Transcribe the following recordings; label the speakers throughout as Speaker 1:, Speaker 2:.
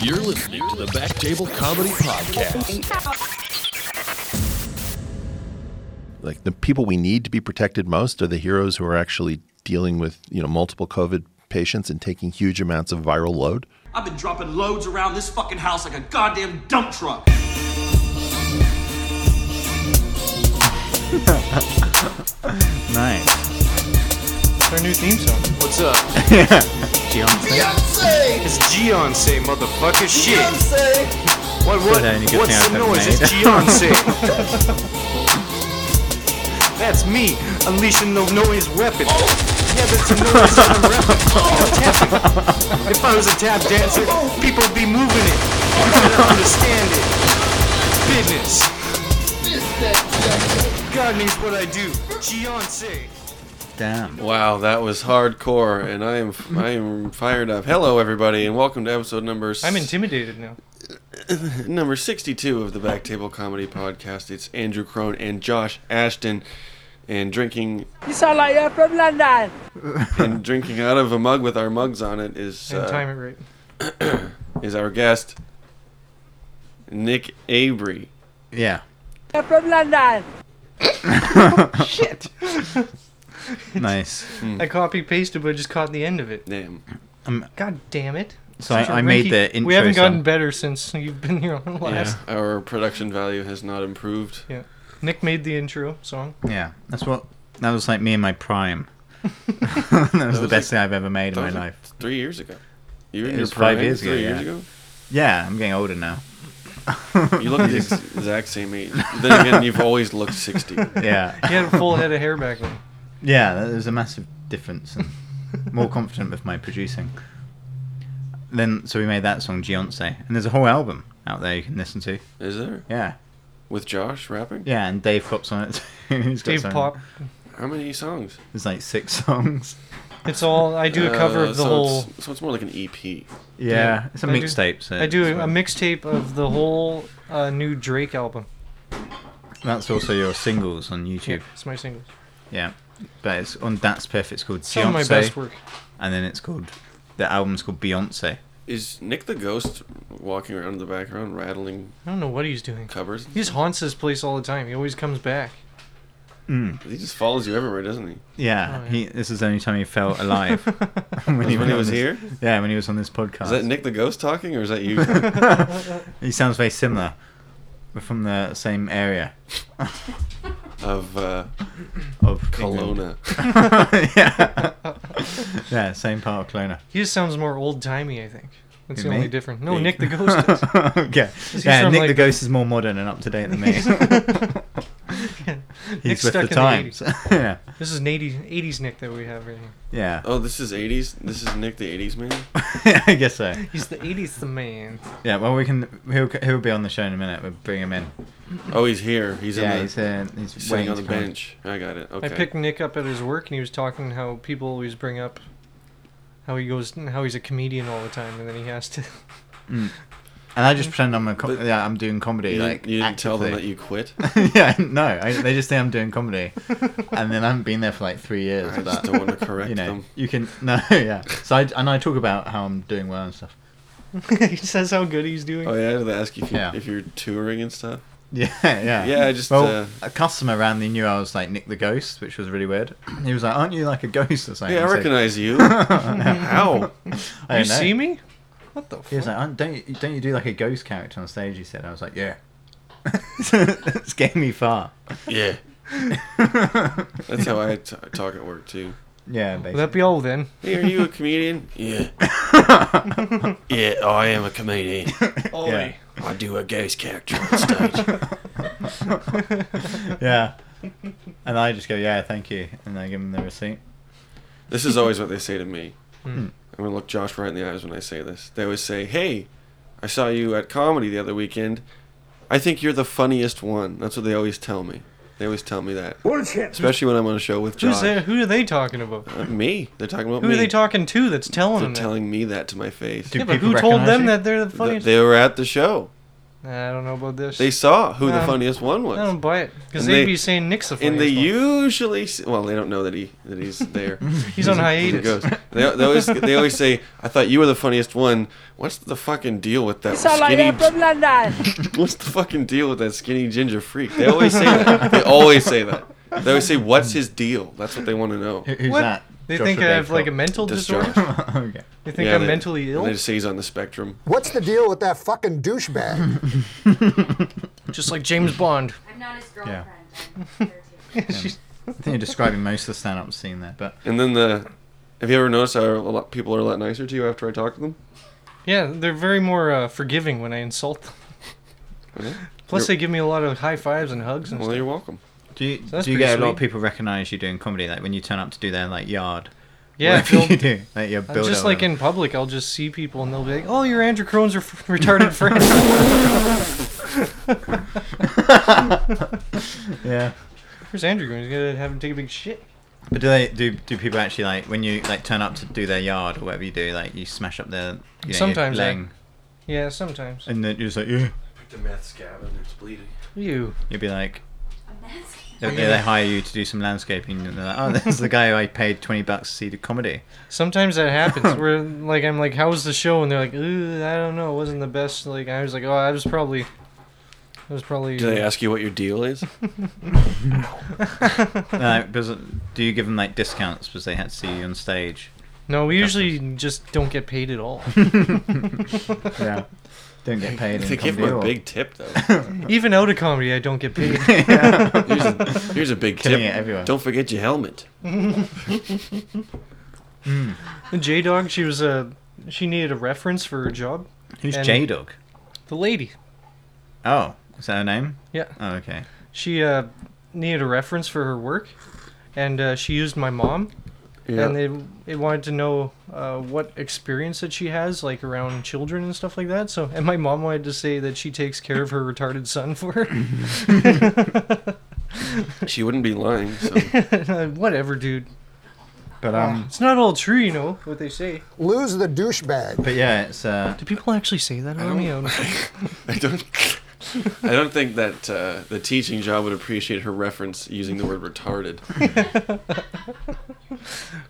Speaker 1: You're listening to the Back Table Comedy Podcast.
Speaker 2: like the people we need to be protected most are the heroes who are actually dealing with you know multiple covid patients and taking huge amounts of viral load
Speaker 3: I've been dropping loads around this fucking house like a goddamn dump truck.
Speaker 4: Nice.
Speaker 5: Their new theme song.
Speaker 6: What's up? It's Beyonce, motherfucker. Shit. What? What?
Speaker 4: Any good
Speaker 6: What's
Speaker 4: sound
Speaker 6: the
Speaker 4: I've
Speaker 6: noise? It's Beyonce. that's me unleashing the noise weapon. Yeah, that's a noise I'm repping. I'm tapping. If I was a tap dancer, people would be moving it. I don't understand it. Business. God knows what I do. Beyonce.
Speaker 4: Damn.
Speaker 7: Wow, that was hardcore, and I am I am fired up. Hello, everybody, and welcome to episode number s-
Speaker 5: I'm intimidated now.
Speaker 7: number sixty two of the Back Table Comedy Podcast. It's Andrew Crone and Josh Ashton, and drinking
Speaker 8: You sound like you're from London.
Speaker 7: and drinking out of a mug with our mugs on it is
Speaker 5: And time
Speaker 7: uh,
Speaker 5: it right.
Speaker 7: is our guest Nick Avery.
Speaker 4: Yeah.
Speaker 8: You're from London.
Speaker 4: Nice.
Speaker 5: I copy pasted, but just caught the end of it.
Speaker 7: Damn,
Speaker 5: God damn it!
Speaker 4: So I,
Speaker 5: Sure,
Speaker 4: I made
Speaker 5: Ricky,
Speaker 4: the intro.
Speaker 5: We haven't gotten
Speaker 4: song.
Speaker 5: better since you've been here on the last.
Speaker 7: our production value has not improved.
Speaker 5: Yeah. Nick made the intro song.
Speaker 4: Yeah, that's what. That was like me in my prime. that was
Speaker 7: was
Speaker 4: the best
Speaker 7: like-
Speaker 4: thing I've ever made in
Speaker 7: That
Speaker 4: my
Speaker 7: was
Speaker 4: life.
Speaker 7: Three years ago. You were in
Speaker 4: It
Speaker 7: your
Speaker 4: was five
Speaker 7: prime
Speaker 4: years ago,
Speaker 7: Three years
Speaker 4: yeah.
Speaker 7: ago.
Speaker 4: Yeah, I'm getting older now.
Speaker 7: You look the ex- exact same age. Then again, you've always looked sixty.
Speaker 4: Yeah,
Speaker 5: He had a full head of hair back then.
Speaker 4: yeah. There's a massive difference, and more confident with my producing. Then, so we made that song Beyonce, and there's a whole album out there you can listen to.
Speaker 7: Is there?
Speaker 4: Yeah,
Speaker 7: With Josh rapping?
Speaker 4: yeah, and Dave Pop's on it. Too. He's got
Speaker 5: Dave
Speaker 4: some-
Speaker 5: Pop.
Speaker 7: How many songs?
Speaker 4: There's like six songs.
Speaker 5: It's all. I do a cover
Speaker 7: Uh,
Speaker 5: of the
Speaker 7: so
Speaker 5: whole.
Speaker 7: It's, so it's more like an E EP.
Speaker 4: Yeah, it's a
Speaker 5: I do-
Speaker 4: mixtape. So
Speaker 5: I do
Speaker 4: it's
Speaker 5: a, a
Speaker 4: like-
Speaker 5: mixtape of the whole uh, new Drake album.
Speaker 4: That's also your singles on YouTube.
Speaker 5: Yeah, it's my singles.
Speaker 4: Yeah, but it's on That's Piff. It's called
Speaker 5: Some of my
Speaker 4: Beyonce,
Speaker 5: best work.
Speaker 4: and then it's called the album's called Beyonce.
Speaker 7: Is Nick the Ghost walking around in the background rattling
Speaker 5: I don't know what he's doing.
Speaker 7: covers?
Speaker 5: He just haunts this place all the time. He always comes back.
Speaker 7: He just follows you everywhere, doesn't he?
Speaker 4: Yeah,
Speaker 5: Oh, yeah.
Speaker 4: he. This is the only time he felt alive
Speaker 7: When he
Speaker 4: went on
Speaker 7: was
Speaker 4: this-
Speaker 7: here?
Speaker 4: Yeah, when he was on this podcast.
Speaker 7: Is that Nick the Ghost talking, or is that you?
Speaker 4: He sounds very similar. We're from the same area
Speaker 7: of uh,
Speaker 4: of England.
Speaker 7: Kelowna.
Speaker 4: yeah, yeah, same part of Kelowna.
Speaker 5: He just sounds more old timey, I think. That's
Speaker 4: Who,
Speaker 5: the only
Speaker 4: me?
Speaker 5: difference. No,
Speaker 7: Me.
Speaker 5: Oh, Nick the Ghost is.
Speaker 4: okay.
Speaker 5: Does he
Speaker 4: Yeah,
Speaker 5: sound
Speaker 4: Nick the
Speaker 5: like-
Speaker 4: Ghost is more modern and up to date than me. He's
Speaker 5: Nick's stuck
Speaker 4: with the
Speaker 5: in the
Speaker 4: times. yeah,
Speaker 5: This is an 80s, 80s Nick that we have right here.
Speaker 4: yeah.
Speaker 7: Oh, this is '80s. This is Nick the '80s man.
Speaker 4: I guess so.
Speaker 5: He's the 80s the man.
Speaker 4: Yeah. Well, we can. He'll he'll be on the show in a minute. We'll bring him in.
Speaker 7: Oh, he's here. He's in
Speaker 4: Yeah,
Speaker 7: the,
Speaker 4: he's uh, he's,
Speaker 7: he's
Speaker 4: waiting
Speaker 7: sitting on the
Speaker 4: to come in.
Speaker 7: bench. I got it. Okay.
Speaker 5: I picked Nick up at his work and he was talking how people always bring up how he goes how he's a comedian all the time and then he has to
Speaker 4: And I just pretend I'm a com-
Speaker 7: But-
Speaker 4: yeah, I'm doing comedy.
Speaker 7: You didn't,
Speaker 4: like
Speaker 7: you didn't tell them that
Speaker 4: actively.
Speaker 7: you quit.
Speaker 4: yeah, no, I, they just think I'm doing comedy, and then I haven't been there for like three years.
Speaker 7: I
Speaker 4: for
Speaker 7: just
Speaker 4: that.
Speaker 7: don't want to correct
Speaker 4: you know,
Speaker 7: them.
Speaker 4: you can no, yeah. So I and I talk about how I'm doing well and stuff.
Speaker 5: he says how good he's doing.
Speaker 7: Oh yeah, I had to ask if you
Speaker 4: Yeah.
Speaker 7: if you're touring and stuff.
Speaker 4: Yeah, yeah.
Speaker 7: Yeah, I just,
Speaker 4: Well,
Speaker 7: uh,
Speaker 4: a customer randomly knew I was like Nick the Ghost, which was really weird. He was like, "Aren't you like a ghost or something?"
Speaker 7: Yeah, I uh,
Speaker 4: was like,
Speaker 7: recognize you. How?
Speaker 5: you
Speaker 4: I don't know."
Speaker 5: see me? What the
Speaker 4: He
Speaker 5: fuck?
Speaker 4: was like, "Aren't- "Don't you, don't you do like a ghost character on stage?" He said. I was like, "Yeah." it's getting me far.
Speaker 7: Yeah. That's how I t- talk at work too.
Speaker 4: Yeah,
Speaker 5: Will
Speaker 4: basically.
Speaker 5: that be all then?
Speaker 7: Hey, are you a comedian? yeah. yeah, I am a comedian.
Speaker 4: yeah.
Speaker 7: I do a ghost character on stage.
Speaker 4: yeah. And I just go, yeah, thank you. And I give him the receipt.
Speaker 7: this is always what they say to me.
Speaker 5: Hmm.
Speaker 7: I'm gonna look Josh right in the eyes when I say this. They always say, "Hey, I saw you at comedy the other weekend. I think you're the funniest one." That's what they always tell me. They always tell me that, especially when I'm on a show with
Speaker 5: Who's
Speaker 7: Josh.
Speaker 5: they, who are they talking about?
Speaker 7: Uh, me. They're talking about
Speaker 5: Who
Speaker 7: me.
Speaker 5: are they talking to that's telling
Speaker 7: They're
Speaker 5: them that?
Speaker 7: telling me that to my face.
Speaker 4: Do
Speaker 5: Yeah, but
Speaker 4: people
Speaker 5: who told
Speaker 4: recognize
Speaker 5: them
Speaker 4: you?
Speaker 5: that they're the
Speaker 7: Th-
Speaker 5: funniest?
Speaker 7: they were at the show.
Speaker 5: I don't know about this.
Speaker 7: They saw who the
Speaker 5: Um,
Speaker 7: funniest one was.
Speaker 5: I don't buy it because
Speaker 7: And
Speaker 5: they'd
Speaker 7: they-
Speaker 5: be saying Nick's the
Speaker 7: And
Speaker 5: funniest
Speaker 7: they
Speaker 5: one.
Speaker 7: usually s well, they don't know that he that he's there.
Speaker 5: He's on
Speaker 7: He's a
Speaker 5: hiatus.
Speaker 7: ghost. They, they always they always say, "I thought you were the funniest one." What's the fucking deal with that skinny? What's the fucking deal with that skinny ginger freak? They always say that. They always say that. They always say, "What's his deal?" That's what they want to know.
Speaker 4: Who- Who's
Speaker 5: What?
Speaker 4: that?
Speaker 5: They
Speaker 4: Joshua
Speaker 5: think I have
Speaker 4: Bancroft.
Speaker 5: like a mental
Speaker 7: This
Speaker 5: disorder.
Speaker 7: Josh.
Speaker 4: okay.
Speaker 5: They think
Speaker 7: Yeah,
Speaker 5: I'm
Speaker 7: they-
Speaker 5: mentally ill.
Speaker 7: They just say he's on the spectrum.
Speaker 9: What's the deal with that fucking douchebag?
Speaker 5: Just like James Bond.
Speaker 10: I'm not his
Speaker 4: Yeah.
Speaker 10: girlfriend. I'm her too.
Speaker 4: I think you're describing most of the stand-up scene there, but
Speaker 7: And then the, have you ever noticed how a lot, people are a lot nicer to you after I talk to them?
Speaker 5: Yeah, they're very more uh, forgiving when I insult them. Plus, they give me a lot of high fives and hugs and
Speaker 7: Well,
Speaker 5: stuff.
Speaker 7: you're welcome.
Speaker 4: do you,
Speaker 5: So that's
Speaker 4: do you
Speaker 5: pretty
Speaker 4: get a lot of
Speaker 5: sweet.
Speaker 4: people recognise you doing comedy? Like when you turn up to do their like yard,
Speaker 5: Yeah,
Speaker 4: whatever
Speaker 5: Phil,
Speaker 4: you do, like your build
Speaker 5: just like in public, I'll just see people and they'll be like, "Oh, you're Andrew Crone's ref- retarded friend."
Speaker 4: yeah.
Speaker 5: Where's Andrew going? He's gonna have him take a big shit.
Speaker 4: But do they do do people actually like when you like turn up to do their yard or whatever you do? Like you smash up their you know,
Speaker 5: Sometimes I-
Speaker 4: your leg,
Speaker 5: Yeah, sometimes.
Speaker 4: and then you're just like yeah.
Speaker 7: The meth scab and it's bleeding.
Speaker 5: You.
Speaker 4: You'd be like
Speaker 10: I'm asking.
Speaker 4: they, they, they hire you to do some landscaping, and they're like oh there's the guy who I paid twenty bucks to see the comedy.
Speaker 5: Sometimes that happens. Where like I'm like, "How was the show?" And they're like, "Ooh, I don't know. It wasn't the best." Like I was like, "Oh, I was probably." I was probably.
Speaker 7: Do they ask you what your deal is?
Speaker 4: No, because- do you give them like discounts because they had to see you on stage?
Speaker 5: No, we usually just don't get paid at all.
Speaker 4: Yeah. Don't get paid.
Speaker 7: They
Speaker 4: in
Speaker 7: give
Speaker 4: comedy
Speaker 7: him a
Speaker 4: or-
Speaker 7: big tip though.
Speaker 5: Even out of comedy, I don't get paid.
Speaker 7: Here's a, here's a big
Speaker 4: Killing
Speaker 7: tip.
Speaker 4: it everywhere.
Speaker 7: Don't forget your helmet.
Speaker 5: J Dog, she was a she needed a reference for her job.
Speaker 4: Who's
Speaker 5: and-
Speaker 4: J Dog?
Speaker 5: The lady,
Speaker 4: Oh, is that her name?
Speaker 5: yeah,
Speaker 4: Oh, okay.
Speaker 5: she uh, needed a reference for her work, and uh, she used my mom. And they they wanted to know uh, what experience that she has, like around children and stuff like that. So, and my mom wanted to say that she takes care of her retarded son for her.
Speaker 7: She wouldn't be lying. So.
Speaker 5: Uh, Whatever, dude.
Speaker 4: But um,
Speaker 5: It's not all true, you know what they say.
Speaker 9: Lose the douchebag.
Speaker 4: but yeah, it's uh,
Speaker 5: Do people actually say that about me? I don't-
Speaker 7: I don't. I don't think that uh, the teaching job would appreciate her reference using the word retarded.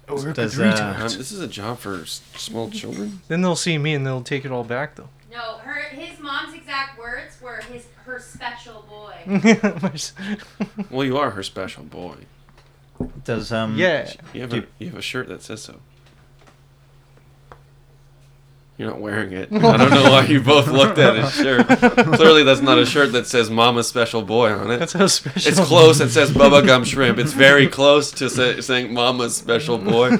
Speaker 4: does
Speaker 7: Um,
Speaker 4: uh,
Speaker 7: this is a job for s- small children.
Speaker 5: Then they'll see me and they'll take it all back though.
Speaker 10: No, her his mom's exact words were his her special
Speaker 4: Mm,
Speaker 10: boy.
Speaker 5: My s-
Speaker 7: Well, you are her special boy.
Speaker 4: does um,
Speaker 5: yeah.
Speaker 7: You have a, you have a shirt that says so. You're not wearing it. I don't know why you both looked at his shirt. Clearly, that's not a shirt that says "Mama's Special Boy" on it.
Speaker 5: That's how special.
Speaker 7: It's close. It says Bubba Gum Shrimp. It's very close to say, saying Mama's Special Boy.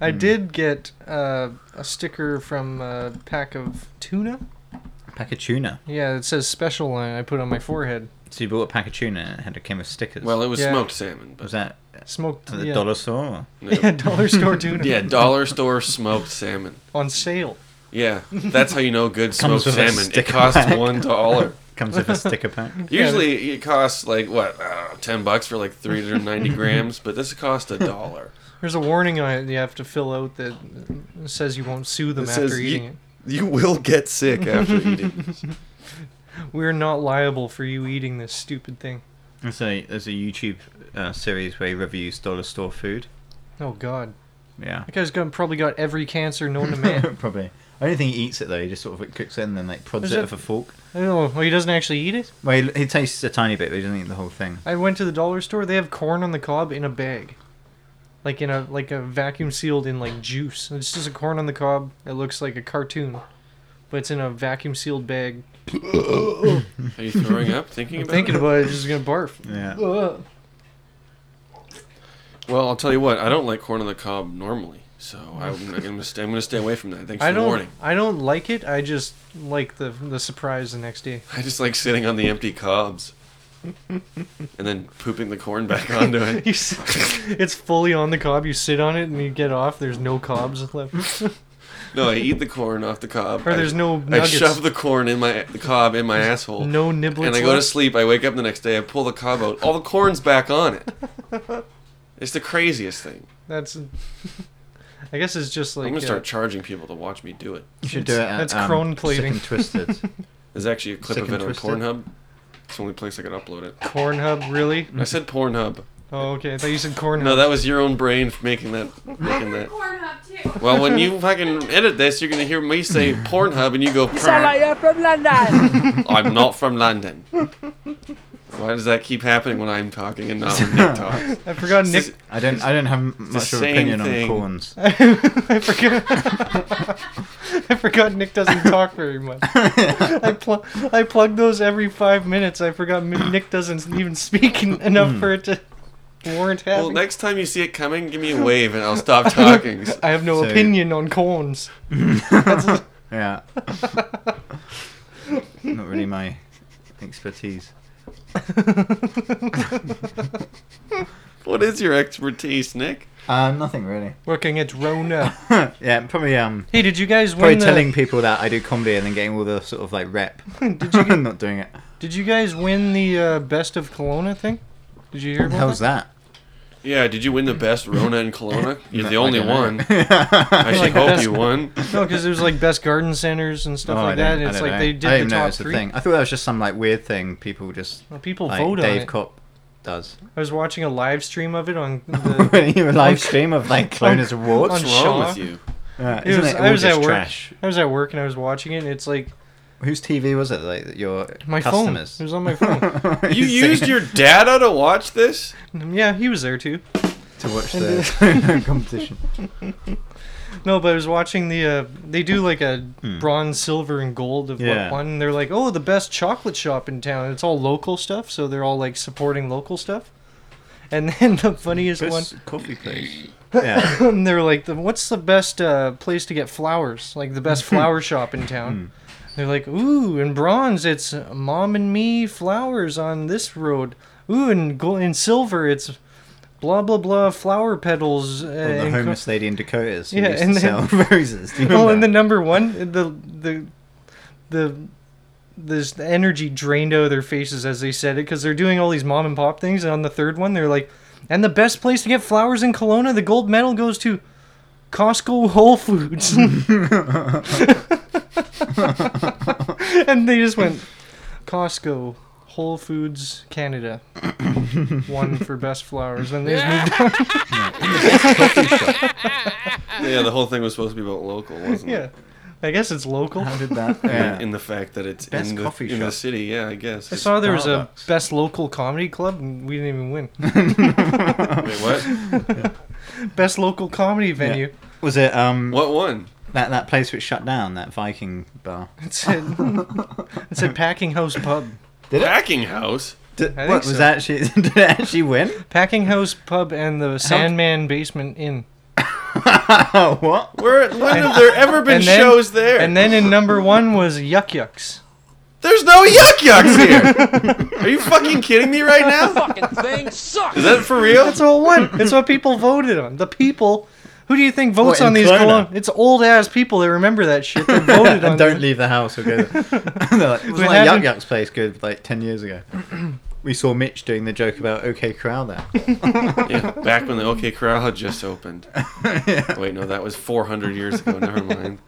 Speaker 5: I
Speaker 7: Hmm.
Speaker 5: did get uh, a sticker from a pack of tuna.
Speaker 4: pack of tuna.
Speaker 5: Yeah, it says special line. I put on my forehead.
Speaker 4: So you bought a pack of tuna and it had a came with stickers.
Speaker 7: Well, it was
Speaker 5: Yeah.
Speaker 7: smoked salmon, but
Speaker 4: was that
Speaker 5: Smoked
Speaker 4: at the
Speaker 5: yeah.
Speaker 4: dollar store?
Speaker 5: Yeah, dollar store tuna.
Speaker 7: yeah, dollar store smoked salmon.
Speaker 5: on sale.
Speaker 7: Yeah, that's how you know good
Speaker 4: Comes
Speaker 7: smoked
Speaker 4: with a
Speaker 7: salmon. It
Speaker 4: sticker
Speaker 7: costs
Speaker 4: pack.
Speaker 7: one dollar.
Speaker 4: Comes with a sticker pack.
Speaker 7: Usually it costs like what uh, ten bucks for like three hundred ninety grams, but this cost a dollar.
Speaker 5: There's a warning on it you have to fill out that says you won't sue them
Speaker 7: It
Speaker 5: after
Speaker 7: says ye-
Speaker 5: eating
Speaker 7: You will get sick after eating. this.
Speaker 5: it. We're not liable for you eating this stupid thing.
Speaker 4: There's a there's a YouTube uh, series where he reviews dollar store food.
Speaker 5: Oh God,
Speaker 4: Yeah,
Speaker 5: that guy's got, probably got every cancer known to man.
Speaker 4: probably. I don't think he eats it though. He just sort of cooks it and then like prods
Speaker 5: Is
Speaker 4: it
Speaker 5: it-
Speaker 4: with a fork.
Speaker 5: I don't know. Oh, Well, he doesn't actually eat it.
Speaker 4: Well, he, he tastes a tiny bit, but he doesn't eat the whole thing.
Speaker 5: I went to the dollar store. They have corn on the cob in a bag, like in a like a vacuum sealed in like juice. It's just a corn on the cob. It looks like a cartoon, but it's in a vacuum sealed bag.
Speaker 7: Are you throwing up thinking about
Speaker 5: Thinking
Speaker 7: it?
Speaker 5: about it, I'm just gonna barf.
Speaker 4: Yeah.
Speaker 5: Ugh.
Speaker 7: Well, I'll tell you what. I don't like corn on the cob normally, so I'm not gonna stay, I'm gonna stay away from that. Thanks
Speaker 5: I
Speaker 7: for the
Speaker 5: don't.
Speaker 7: warning.
Speaker 5: I don't like it. I just like the the surprise the next day.
Speaker 7: I just like sitting on the empty cobs, and then pooping the corn back onto it.
Speaker 5: You s- it's fully on the cob. You sit on it and you get off. There's no cobs left,
Speaker 7: No, I eat the corn off the cob.
Speaker 5: or there's
Speaker 7: I,
Speaker 5: no
Speaker 7: I
Speaker 5: nuggets.
Speaker 7: shove the corn in my the cob in my asshole.
Speaker 5: no niblets.
Speaker 7: and I go to
Speaker 5: left.
Speaker 7: sleep. I wake up the next day. I pull the cob out. All the corn's back on it. It's the craziest thing.
Speaker 5: That's. I guess it's just like
Speaker 7: I'm gonna
Speaker 5: uh,
Speaker 7: start charging people to watch me do it.
Speaker 4: You should do it. At,
Speaker 5: That's
Speaker 4: um,
Speaker 5: crone plating.
Speaker 4: Sick and twisted.
Speaker 7: There's actually a clip
Speaker 4: Sick
Speaker 7: of it
Speaker 4: and
Speaker 7: on
Speaker 4: twisted.
Speaker 7: Pornhub. It's the only place I can upload it.
Speaker 5: Pornhub, really?
Speaker 7: I said Pornhub.
Speaker 5: Oh, okay. I thought you said Cornhub.
Speaker 7: No, that was your own brain for making that making that.
Speaker 10: Pornhub too.
Speaker 7: Well, when you fucking edit this, you're gonna hear me say Pornhub, and you go.
Speaker 8: sound like
Speaker 7: "Prrr,
Speaker 8: you're from London.
Speaker 7: I'm not from London. Why does that keep happening when I'm talking and not when Nick talks?
Speaker 5: I forgot Nick.
Speaker 4: I don't. I don't have much of an
Speaker 7: same
Speaker 4: opinion
Speaker 7: thing.
Speaker 4: on corns.
Speaker 5: I forgot. I forgot Nick doesn't talk very much. I pl- I plug those every five minutes. I forgot Mi- Nick doesn't even speak en- enough for it to warrant
Speaker 7: Well,
Speaker 5: having.
Speaker 7: next time you see it coming, give me a wave and I'll stop talking.
Speaker 5: I have no
Speaker 4: So-
Speaker 5: opinion on corns.
Speaker 4: Yeah. Not really my expertise.
Speaker 7: What is your expertise, Nick?
Speaker 4: Uh, nothing really.
Speaker 5: Working at Rona.
Speaker 4: Yeah, probably um
Speaker 5: Hey, did you guys win
Speaker 4: probably
Speaker 5: the?
Speaker 4: telling people that I do comedy and then getting all the sort of like rep. Did you not doing it?
Speaker 5: Did you guys win the uh, best of Kelowna thing? Did you hear
Speaker 4: What the
Speaker 5: about
Speaker 4: hell's
Speaker 5: that?
Speaker 4: that?
Speaker 7: Yeah, did you win the best Rona and Kelowna? You're the
Speaker 4: No, I
Speaker 7: only
Speaker 4: don't know.
Speaker 7: one. I should
Speaker 5: Like
Speaker 7: hope
Speaker 5: best-
Speaker 7: you won.
Speaker 5: No, because there's like best garden centers and stuff
Speaker 4: Oh, I
Speaker 5: like
Speaker 4: don't-
Speaker 5: that. And
Speaker 4: I
Speaker 5: it's
Speaker 4: don't
Speaker 5: like
Speaker 4: know.
Speaker 5: they
Speaker 4: I
Speaker 5: did
Speaker 4: didn't
Speaker 5: the
Speaker 4: even know
Speaker 5: top
Speaker 4: it's a
Speaker 5: three.
Speaker 4: thing. I thought that was just some like weird thing people just
Speaker 5: Well, people
Speaker 4: like
Speaker 5: vote
Speaker 4: Dave
Speaker 5: on it.
Speaker 4: Kopp does.
Speaker 5: I was watching a live stream of it on the.
Speaker 4: when you live stream of like Clonus Awards.
Speaker 5: on
Speaker 7: What's wrong
Speaker 5: Shaw.
Speaker 7: with you?
Speaker 4: Yeah,
Speaker 5: It
Speaker 4: isn't
Speaker 5: was,
Speaker 4: it
Speaker 5: I
Speaker 4: all
Speaker 5: was at
Speaker 4: just
Speaker 5: work.
Speaker 4: trash?
Speaker 5: I was at work and I was watching it, and it's like
Speaker 4: Whose TV was it? Like your
Speaker 5: my
Speaker 4: customers.
Speaker 5: phone. It was on my phone.
Speaker 7: You used your data to watch this?
Speaker 5: Mm, yeah, he was there too.
Speaker 4: to watch the competition.
Speaker 5: No, but I was watching the. Uh, they do like a bronze, silver, and gold of
Speaker 4: Hmm. Yeah.
Speaker 5: what one. and They're like, oh, the best chocolate shop in town. It's all local stuff, so they're all like supporting local stuff. And then the funniest one,
Speaker 4: coffee place. Yeah,
Speaker 5: they're like, the, what's the best uh, place to get flowers? Like the best flower shop in
Speaker 4: Hmm.
Speaker 5: town. They're like, ooh, in bronze it's uh, mom and me flowers on this road. Ooh, in gold, in silver it's blah blah blah flower petals. Uh,
Speaker 4: Or Oh, the
Speaker 5: and co-
Speaker 4: homeless lady in Dakotas who
Speaker 5: Yeah,
Speaker 4: used
Speaker 5: and
Speaker 4: to
Speaker 5: then-
Speaker 4: sell roses. Do you
Speaker 5: Oh,
Speaker 4: remember?
Speaker 5: and the number one, the the the this the energy drained out of their faces as they said it because they're doing all these mom and pop things. And on the third one, they're like, "And the best place to get flowers in Kelowna, the gold medal goes to Costco Whole Foods." and they just went Costco. Whole Foods Canada won for best flowers, and they just moved on.
Speaker 7: Yeah, the whole thing was supposed to be about local, wasn't
Speaker 5: Yeah,
Speaker 7: it?
Speaker 5: I guess it's local.
Speaker 4: How did that? Yeah.
Speaker 7: In the fact that it's
Speaker 4: Best
Speaker 7: in, the,
Speaker 4: coffee
Speaker 7: in the
Speaker 4: shop.
Speaker 7: city, yeah, I guess.
Speaker 5: I saw there was a
Speaker 4: Starbucks.
Speaker 5: best local comedy club, and we didn't even win.
Speaker 7: Wait, what?
Speaker 5: best local comedy venue.
Speaker 4: Was it um
Speaker 7: What one?
Speaker 4: that that place which shut down that Viking bar?
Speaker 5: It said, it said Packing House Pub.
Speaker 7: Packing house?
Speaker 4: Did,
Speaker 5: think
Speaker 4: what was
Speaker 5: so.
Speaker 4: actually? Did it actually win?
Speaker 5: Packing House Pub and the Sandman Basement Inn.
Speaker 4: Oh, what?
Speaker 7: Where, when have there ever been
Speaker 5: And then-
Speaker 7: shows there?
Speaker 5: And then in number one was Yuck Yucks.
Speaker 7: There's no yuck yucks here. Are you fucking kidding me right now?
Speaker 6: Fucking thing sucks.
Speaker 7: Is that for real?
Speaker 5: That's all one. It's what people voted on. The people. Who do you think votes
Speaker 4: What, in
Speaker 5: on these?
Speaker 4: Kelowna?
Speaker 5: Kelowna? It's old ass people that remember that shit. That voted on.
Speaker 4: And don't
Speaker 5: it.
Speaker 4: leave the house or go. There. They're like, it was
Speaker 5: We
Speaker 4: like Yuck
Speaker 5: haven't-
Speaker 4: Yuck's place good like ten years ago. We saw Mitch doing the joke about OK Corral there.
Speaker 7: Yeah, back when the OK Corral had just opened. Wait, no, that was 400 years ago. Never mind.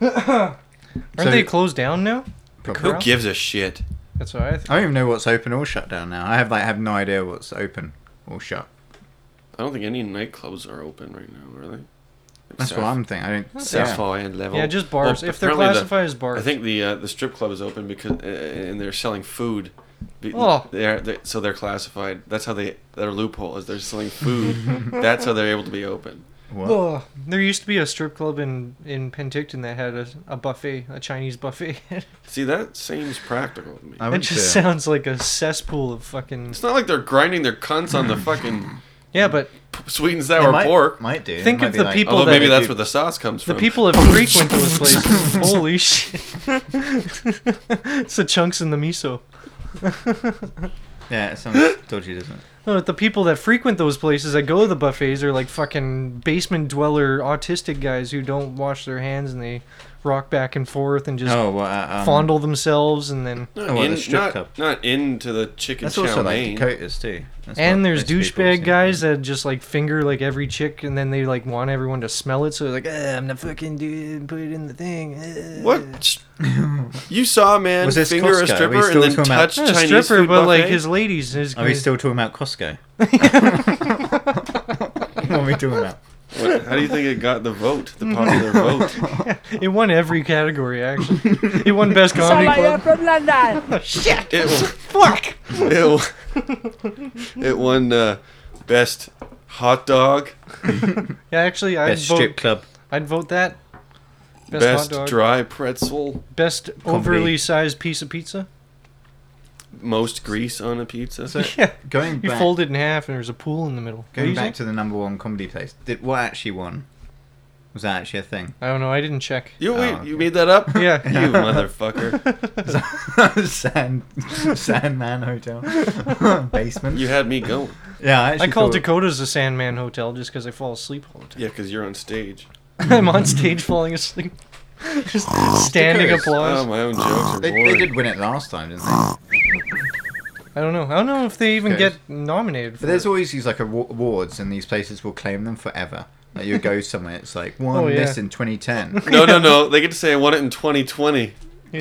Speaker 5: Aren't
Speaker 4: So-
Speaker 5: they closed down now?
Speaker 4: Probably.
Speaker 7: Who
Speaker 5: Corral?
Speaker 7: gives a shit?
Speaker 5: That's what I think.
Speaker 4: I don't even know what's open or shut down now. I have like have no idea what's open or shut.
Speaker 7: I don't think any nightclubs are open right now, are they?
Speaker 4: That's what I'm thinking. I don't. Yeah.
Speaker 7: Sapphire and level.
Speaker 5: Yeah, just bars.
Speaker 7: Oh. Well,
Speaker 5: if they're
Speaker 7: apparently the-
Speaker 5: classified as bars.
Speaker 7: I think the uh, the strip club is open because uh, and they're selling food. Be-
Speaker 5: Oh.
Speaker 7: They're, they so they're classified. That's how they their loophole is they're selling food. that's how they're able to be open.
Speaker 5: Ugh. There used to be a strip club in in Penticton that had a, a buffet, a Chinese buffet.
Speaker 7: See, that seems practical to me.
Speaker 4: I
Speaker 5: It
Speaker 4: went
Speaker 5: just
Speaker 4: to-
Speaker 5: sounds like a cesspool of fucking.
Speaker 7: It's not like they're grinding their cunts on the fucking
Speaker 5: Yeah, but
Speaker 7: sweet and
Speaker 4: They
Speaker 7: sour
Speaker 4: might,
Speaker 7: pork.
Speaker 4: Might do.
Speaker 5: Think
Speaker 4: Might
Speaker 5: of
Speaker 4: be
Speaker 5: the
Speaker 4: like-
Speaker 5: people
Speaker 7: Although
Speaker 5: that-
Speaker 7: maybe that's
Speaker 4: do-
Speaker 7: where the sauce comes
Speaker 5: the
Speaker 7: from.
Speaker 5: people that frequent those places. Holy shit! it's the chunks in the miso.
Speaker 4: Yeah, it sounds dodgy, doesn't it?
Speaker 5: No, but the people that frequent those places that go to the buffets are like fucking basement dweller autistic guys who don't wash their hands and they rock back and forth and just
Speaker 4: Oh, well, uh, um,
Speaker 5: fondle themselves and then.
Speaker 7: Not
Speaker 4: Oh, what, the
Speaker 7: in-
Speaker 4: strip
Speaker 7: not-
Speaker 4: club?
Speaker 7: Not into the chicken
Speaker 4: That's also
Speaker 7: chow
Speaker 4: like
Speaker 7: mein.
Speaker 4: Dakotas too. That's
Speaker 5: And
Speaker 4: what
Speaker 5: there's
Speaker 4: most people seem
Speaker 5: douchebag
Speaker 4: to
Speaker 5: guys
Speaker 4: think.
Speaker 5: that just like finger like every chick, and then they like want everyone to smell it, so they're like, "Ugh, "I'm not fucking dude, put it in the thing." ugh."
Speaker 7: What? You saw a man
Speaker 4: Was this
Speaker 7: finger
Speaker 4: Costco? Are
Speaker 7: a stripper
Speaker 4: we
Speaker 7: and
Speaker 4: still
Speaker 7: then
Speaker 4: talking about-
Speaker 7: touch
Speaker 5: Not a
Speaker 7: Chinese
Speaker 5: stripper,
Speaker 7: food
Speaker 5: but like
Speaker 7: buffet?
Speaker 5: his ladies. His
Speaker 4: Are we still talking about Costco? what are we talking about?
Speaker 7: What- How do you think it got the vote, the popular vote?
Speaker 5: It won every category, actually. it won best comedy
Speaker 8: Sorry,
Speaker 5: club.
Speaker 8: from London.
Speaker 7: It fuck. It, wa- it won uh, best hot dog,
Speaker 5: Yeah, actually, I'd
Speaker 4: Best
Speaker 5: vote.
Speaker 4: strip club.
Speaker 5: I'd vote that. Best,
Speaker 7: best
Speaker 5: hot dog.
Speaker 7: dry pretzel,
Speaker 5: best overly sized piece of pizza.
Speaker 7: most grease on a pizza.
Speaker 4: So
Speaker 5: Yeah.
Speaker 4: going
Speaker 5: You
Speaker 4: back,
Speaker 5: fold it in half, and there's a pool in the middle. What do
Speaker 4: going
Speaker 5: you
Speaker 4: back
Speaker 5: think?
Speaker 4: to the number one comedy place. Did what actually won? Was that actually a thing?
Speaker 5: I don't know. I didn't check.
Speaker 7: You wait,
Speaker 4: Oh,
Speaker 7: you made that up?
Speaker 5: uh, Yeah.
Speaker 7: You motherfucker.
Speaker 4: Sand Sandman Hotel basement.
Speaker 7: You had me going.
Speaker 4: Yeah, I,
Speaker 5: I
Speaker 4: actually
Speaker 5: call
Speaker 4: thought-
Speaker 5: Dakota's the Sandman Hotel just because I fall asleep all the time.
Speaker 7: Yeah, because you're on stage.
Speaker 5: I'm on stage falling asleep. Just standing
Speaker 4: Dakota's-
Speaker 7: Oh,
Speaker 5: applause.
Speaker 7: my own jokes are
Speaker 4: They,
Speaker 7: boring.
Speaker 4: they did win it last time, didn't they?
Speaker 5: I don't know. I don't know if they even
Speaker 4: Okay.
Speaker 5: get nominated for
Speaker 4: But there's
Speaker 5: it.
Speaker 4: always these like awa- awards, and these places will claim them forever. Like you go somewhere, it's like won
Speaker 5: Oh, yeah.
Speaker 4: this in 2010.
Speaker 7: No, no, no. They get to say I won it in 2020.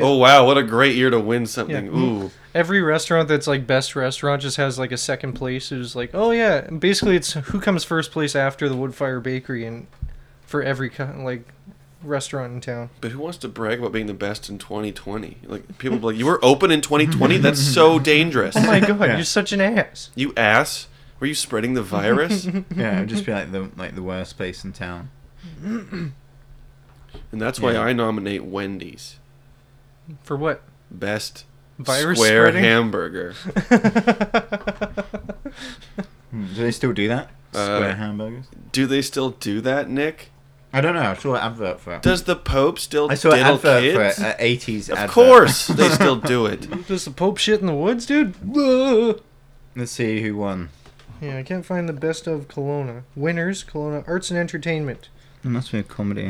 Speaker 7: Oh wow, what a great year to win something.
Speaker 5: Yeah.
Speaker 7: Ooh,
Speaker 5: Every restaurant that's like best restaurant just has like a second place who's like, oh yeah. And basically, it's who comes first place after the Woodfire Bakery and for every co- like restaurant in town.
Speaker 7: but who wants to brag about being the best in 2020? Like people be like you were open in 2020. That's so dangerous.
Speaker 5: Oh my god,
Speaker 4: Yeah.
Speaker 5: you're such an ass.
Speaker 7: You ass. Were you spreading the virus? and
Speaker 4: yeah, it would just be like the like the worst place in town.
Speaker 7: that's why I nominate Wendy's
Speaker 5: For what?
Speaker 7: best
Speaker 5: Virus
Speaker 7: square
Speaker 5: spreading?
Speaker 7: hamburger.
Speaker 4: Do they still do that? Square
Speaker 7: Hmm. Uh,
Speaker 4: hamburgers?
Speaker 7: Do they still do that, Nick?
Speaker 4: I don't know. I saw an advert for it.
Speaker 7: Does the Pope still
Speaker 4: I saw an
Speaker 7: diddle
Speaker 4: advert
Speaker 7: kids?
Speaker 4: for it. An 80s
Speaker 7: Of
Speaker 4: advert.
Speaker 7: course, they still do it.
Speaker 5: Does the Pope shit in the woods, dude? Whoa.
Speaker 4: Let's see who won.
Speaker 5: Yeah, I can't find the best of Kelowna. Winners, Kelowna Arts and Entertainment.
Speaker 4: It must be a comedy.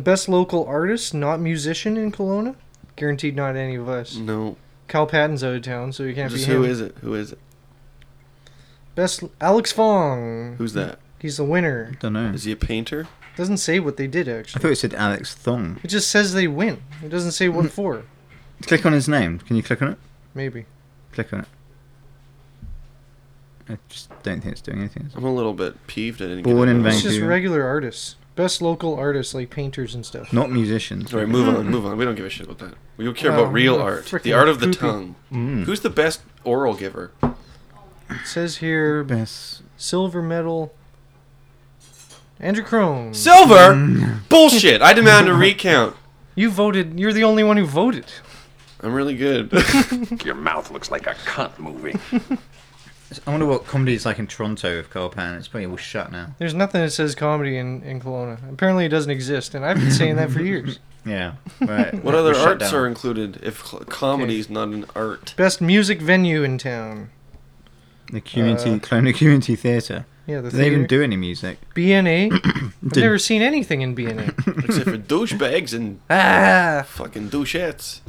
Speaker 5: Best local artist, not musician in Kelowna. Guaranteed not any of us.
Speaker 7: No,
Speaker 5: Kyle Patton's out of town, so you can't
Speaker 7: Mm. just
Speaker 5: be him.
Speaker 7: who is it? Who is it?
Speaker 5: Best Alex Fong.
Speaker 7: Who's that?
Speaker 5: He's the winner.
Speaker 4: don't know.
Speaker 7: Is he a painter?
Speaker 5: Doesn't say what they did
Speaker 4: I
Speaker 5: actually.
Speaker 4: thought it said Alex Thong.
Speaker 5: It just says they win. It doesn't say
Speaker 7: Mm.
Speaker 5: what for.
Speaker 4: Click on his name. Can you click on it?
Speaker 5: Maybe.
Speaker 4: Click on it. I just don't think it's doing anything.
Speaker 7: I'm a little bit peeved. I didn't
Speaker 4: Born
Speaker 7: get
Speaker 4: in
Speaker 7: it.
Speaker 5: It's
Speaker 4: Vancouver.
Speaker 5: just
Speaker 4: you.
Speaker 5: regular artists. Best local artists like painters and stuff.
Speaker 4: Not musicians.
Speaker 7: All right, move on, move on. We don't give a shit about that. We don't care
Speaker 5: Mm. Oh,
Speaker 7: about real
Speaker 5: you're
Speaker 7: art,
Speaker 5: frickin'
Speaker 7: the art of the
Speaker 5: poopy. Mm.
Speaker 7: tongue. Who's the best oral giver?
Speaker 5: It says here
Speaker 4: Best.
Speaker 5: silver medal. Andrew Crone.
Speaker 7: Silver. Bullshit! I demand a recount.
Speaker 5: you voted. You're the only one who voted.
Speaker 7: I'm really good.
Speaker 1: Your mouth looks like a cunt movie.
Speaker 4: I wonder what comedy is like in Toronto with Carl Pan. It's probably all shut now.
Speaker 5: There's nothing that says comedy in, in Kelowna. Apparently it doesn't exist, and I've been saying that for years.
Speaker 4: Yeah. Right.
Speaker 7: What
Speaker 4: We're
Speaker 7: other
Speaker 4: shut
Speaker 7: arts
Speaker 4: down.
Speaker 7: are included if cl- comedy is not an art?
Speaker 5: Best music venue in town.
Speaker 4: The community,
Speaker 7: uh,
Speaker 4: Kelowna Community Theatre.
Speaker 5: Yeah, the
Speaker 4: Do they even
Speaker 5: theater.
Speaker 4: do any music?
Speaker 5: BNA. I've never seen anything in BNA.
Speaker 7: Except for douchebags and
Speaker 5: ah,
Speaker 7: fucking douchettes.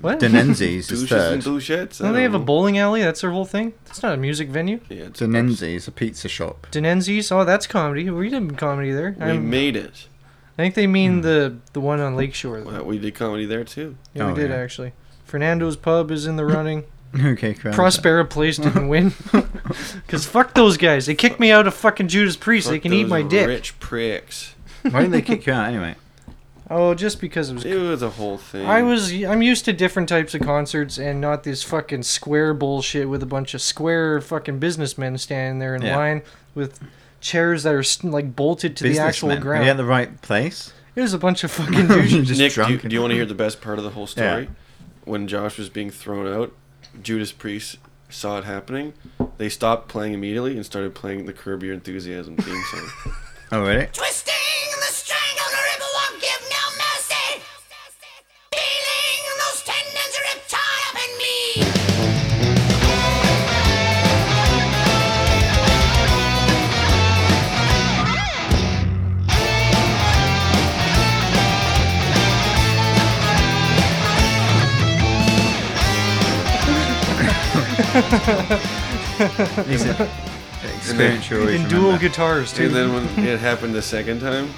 Speaker 5: what?
Speaker 4: Denenzi's
Speaker 7: Douches
Speaker 4: is third.
Speaker 7: and douchettes. I
Speaker 5: Don't they have a
Speaker 7: know.
Speaker 5: bowling alley? That's their whole thing. That's not a music venue.
Speaker 7: Yeah, it's-
Speaker 4: Denenzi's, a pizza shop.
Speaker 5: Denenzi's. Oh, that's comedy. We did comedy there.
Speaker 7: we
Speaker 5: I'm-
Speaker 7: made it.
Speaker 5: I think they mean the the one on Lakeshore. Though.
Speaker 7: Well, we did comedy there too.
Speaker 5: Yeah, we
Speaker 4: Oh,
Speaker 5: did
Speaker 4: yeah.
Speaker 5: actually. Fernando's Pub is in the running.
Speaker 4: Okay, crap.
Speaker 5: Prospera Place didn't win. Because fuck those guys. They kicked me out of fucking Judas Priest. they
Speaker 7: Fuck
Speaker 5: can eat
Speaker 7: those
Speaker 5: my dick.
Speaker 7: Rich pricks.
Speaker 4: Why didn't they kick you out anyway?
Speaker 5: Oh, just because it was.
Speaker 7: It was a whole thing.
Speaker 5: I was I'm used to different types of concerts and not this fucking square bullshit with a bunch of square fucking businessmen standing there in
Speaker 4: Yeah.
Speaker 5: line with chairs that are s- like bolted to the actual
Speaker 4: Businessmen. Are
Speaker 5: ground.
Speaker 4: you at the right place?
Speaker 5: It was a bunch of fucking douche.
Speaker 4: just
Speaker 7: Nick, do you,
Speaker 4: drunk.
Speaker 7: do you want to hear the best part of the whole story?
Speaker 4: Yeah.
Speaker 7: When Josh was being thrown out, Judas Priest saw it happening. They stopped playing immediately and started playing the Curb Your Enthusiasm theme song.
Speaker 4: Oh, really?
Speaker 6: Twisting the strangle, the river won't give no mercy. Feeling those tendons ripped high up in me.
Speaker 4: Is it- experience you always
Speaker 5: And dual
Speaker 4: remember.
Speaker 5: guitars too.
Speaker 7: And then when it happened the second time,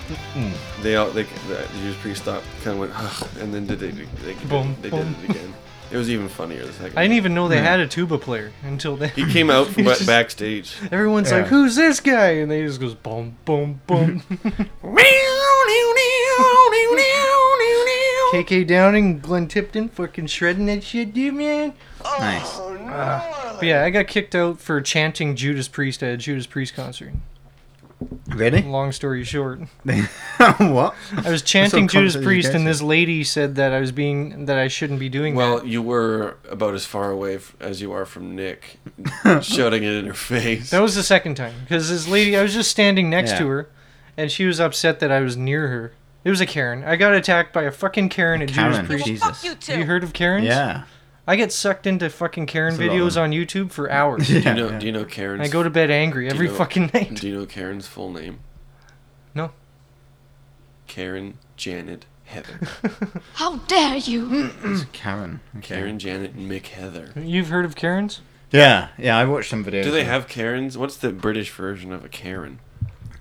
Speaker 7: they all they the Judas Priest stopped, kind of went, "Ugh," and then did they they, they,
Speaker 5: Boom,
Speaker 7: they
Speaker 5: boom.
Speaker 7: did it again. It was even funnier the second.
Speaker 5: I didn't
Speaker 7: time.
Speaker 5: even know they had a tuba player until then.
Speaker 7: He came out from
Speaker 5: He's just-
Speaker 7: backstage.
Speaker 5: Everyone's
Speaker 4: Yeah.
Speaker 5: like, "Who's this guy?" And they just goes, "Boom, boom, boom." KK Downing, Glenn Tipton, fucking shredding that shit, dude, man.
Speaker 4: Nice.
Speaker 5: But yeah, I got kicked out for chanting Judas Priest at a Judas Priest concert.
Speaker 4: Really?
Speaker 5: Long story short,
Speaker 4: what?
Speaker 5: I was chanting Judas
Speaker 4: content
Speaker 5: Priest, and
Speaker 4: education.
Speaker 5: this lady said that I was being that I shouldn't be doing
Speaker 7: Well,
Speaker 5: that.
Speaker 7: you were about as far away f- as you are from Nick, shouting it in her face.
Speaker 5: That was the second time because this lady, I was just standing next
Speaker 4: Yeah.
Speaker 5: to her, and she was upset that I was near her. It was a Karen. I got attacked by a fucking Karen at
Speaker 4: Karen,
Speaker 5: Judas Priest.
Speaker 4: Jesus.
Speaker 5: Have you heard of Karens?
Speaker 4: Yeah.
Speaker 5: I get sucked into fucking Karen
Speaker 4: a lot of
Speaker 5: videos on YouTube for hours.
Speaker 7: do you
Speaker 4: Yeah.
Speaker 7: know?
Speaker 4: yeah.
Speaker 7: Do you know Karen's?
Speaker 5: I go to bed angry
Speaker 7: do you
Speaker 5: every
Speaker 7: know-
Speaker 5: fucking night.
Speaker 7: Do you know Karen's full name?
Speaker 5: No.
Speaker 7: Karen Janet Heather.
Speaker 10: How dare you?
Speaker 4: Karen. Okay.
Speaker 7: Karen Janet Mick Heather.
Speaker 5: You've heard of Karens?
Speaker 4: Yeah. Yeah. I watched some videos.
Speaker 7: Do they have Karens? What's the British version of a Karen?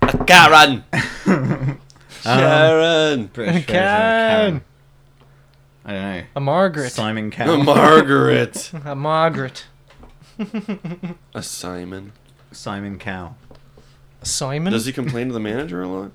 Speaker 7: A Karen.
Speaker 5: Um,
Speaker 7: Sharon.
Speaker 4: British version
Speaker 5: Karen.
Speaker 4: of Karen. I don't know.
Speaker 5: A Margaret.
Speaker 4: Simon Cowell.
Speaker 7: Margaret.
Speaker 5: A Margaret.
Speaker 7: A Simon.
Speaker 4: Simon Cowell.
Speaker 5: A Simon?
Speaker 7: Does he complain to the manager a lot?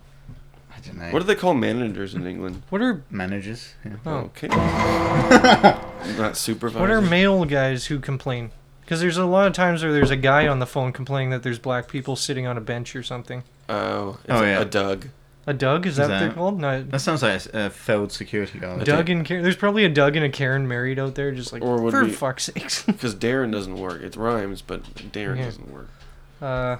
Speaker 4: I don't know.
Speaker 7: What do they call managers in England?
Speaker 5: what are
Speaker 4: managers? Yeah.
Speaker 5: oh,
Speaker 7: Okay. Not supervisor.
Speaker 5: what are male guys who complain? Because there's a lot of times where there's a guy on the phone complaining that there's black people sitting on a bench or something.
Speaker 7: Oh, it's
Speaker 4: Oh, yeah.
Speaker 7: a Doug.
Speaker 5: A Doug? Is that, what they're
Speaker 4: that-
Speaker 5: called? No.
Speaker 4: That sounds like a s- a failed security guard.
Speaker 5: Doug and Karen. There's probably a Doug and a Karen married out there, just like
Speaker 7: Or would
Speaker 5: for
Speaker 7: be-
Speaker 5: fuck's sakes.
Speaker 7: Because Darren doesn't work. It rhymes, but Darren
Speaker 5: Yeah.
Speaker 7: doesn't work.
Speaker 5: uh,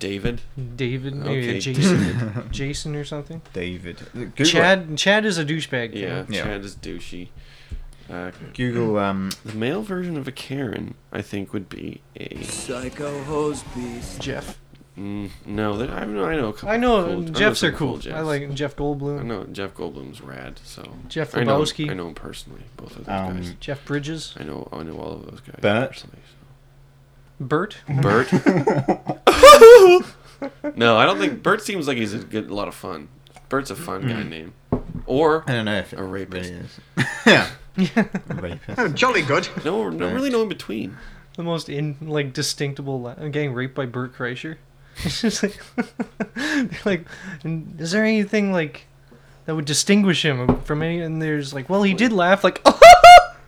Speaker 7: David.
Speaker 5: David, maybe
Speaker 7: Okay.
Speaker 5: a Jason, Jason or something.
Speaker 4: David. Google it.
Speaker 5: Chad. Chad is a douchebag.
Speaker 7: Yeah.
Speaker 4: Yeah.
Speaker 7: Chad is douchey. Uh,
Speaker 4: Google um,
Speaker 7: the male version of a Karen, I think, would be a.
Speaker 5: Jeff.
Speaker 7: Mm, no, that, I know. I know. A couple
Speaker 5: I know um,
Speaker 7: cool-
Speaker 5: Jeffs
Speaker 7: some
Speaker 5: are cool. I
Speaker 7: Jeffs.
Speaker 5: like Jeff
Speaker 7: I
Speaker 5: Goldblum,
Speaker 7: know Jeff Goldblum's rad. So
Speaker 5: Jeff
Speaker 7: I know,
Speaker 5: Lebowski.
Speaker 7: I know him personally. Both of those
Speaker 4: Um,
Speaker 7: guys.
Speaker 5: Jeff Bridges,
Speaker 7: I know. I know all of those guys.
Speaker 4: Bert.
Speaker 7: personally, so.
Speaker 5: Bert.
Speaker 7: Bert. no, I don't think Bert seems like he's a good, a lot of fun. Bert's a fun
Speaker 4: Mm.
Speaker 7: guy name, or
Speaker 4: I don't know if it
Speaker 7: A rapist.
Speaker 4: Really is. yeah. rapist.
Speaker 6: Jolly good.
Speaker 7: no, no, really no in between.
Speaker 5: The most in like distinctable. La- I'm getting raped by Bert Kreischer. It's just like, like, and is there anything like that would distinguish him from any? And there's like, well, he did laugh. Like,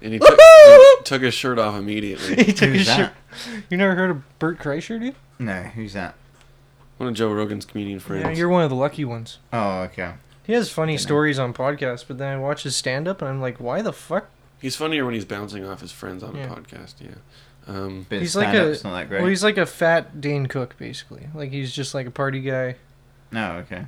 Speaker 7: And he took, he took his shirt off immediately.
Speaker 5: he took
Speaker 4: Who's
Speaker 5: his shirt.
Speaker 4: that?
Speaker 5: You never heard of Bert Kreischer, dude?
Speaker 4: No, who's that?
Speaker 7: One of Joe Rogan's comedian friends.
Speaker 5: Yeah, you're one of the lucky ones.
Speaker 4: Oh, okay.
Speaker 5: He has funny stories on podcasts, but then I watch his stand up and I'm like, why the fuck?
Speaker 7: he's funnier when he's bouncing off his friends on
Speaker 5: Yeah.
Speaker 7: a podcast. Yeah. Um,
Speaker 4: But
Speaker 5: He's
Speaker 4: he's
Speaker 5: like a
Speaker 4: not that great.
Speaker 5: well, he's like a fat Dane Cook basically. Like he's just like a party guy.
Speaker 4: No, okay.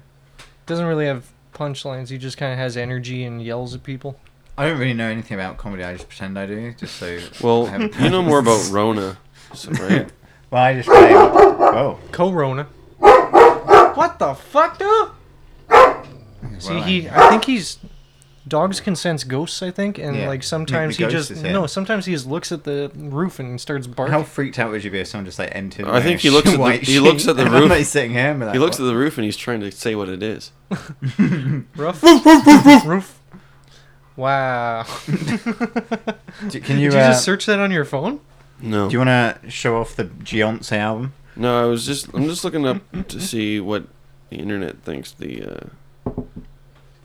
Speaker 5: Doesn't really have punchlines. He just kind of has energy and yells at people.
Speaker 4: I don't really know anything about comedy. I just pretend I do, just so. I
Speaker 7: well,
Speaker 4: have-
Speaker 7: you know more about Rona, so, right?
Speaker 4: Well, I just play. Oh,
Speaker 5: Corona. What the fuck, dude? See,
Speaker 4: well,
Speaker 5: he. I think he's. Dogs can sense ghosts, I think, and
Speaker 4: Yeah.
Speaker 5: like sometimes
Speaker 4: The
Speaker 5: he
Speaker 4: ghost
Speaker 5: just
Speaker 4: is here.
Speaker 5: no. Sometimes he just looks at the roof and starts barking.
Speaker 4: How freaked out would you be if someone just like entered?
Speaker 7: I
Speaker 4: wearing
Speaker 7: think
Speaker 4: a
Speaker 7: he looks at the-
Speaker 4: white
Speaker 7: he looks
Speaker 4: sheet
Speaker 7: at the
Speaker 4: and I'm,
Speaker 7: roof.
Speaker 4: like, sitting here. and be like,
Speaker 7: He looks at
Speaker 4: what?
Speaker 7: the roof and he's trying to say what it is.
Speaker 5: Roof. Roof. Roof. roof. Wow.
Speaker 4: Do- Can you?
Speaker 5: Did you
Speaker 4: uh,
Speaker 5: just search that on your phone?
Speaker 7: No.
Speaker 4: do you want to show off the Beyonce album?
Speaker 7: No, I was just I'm just looking up to see what the internet thinks the uh,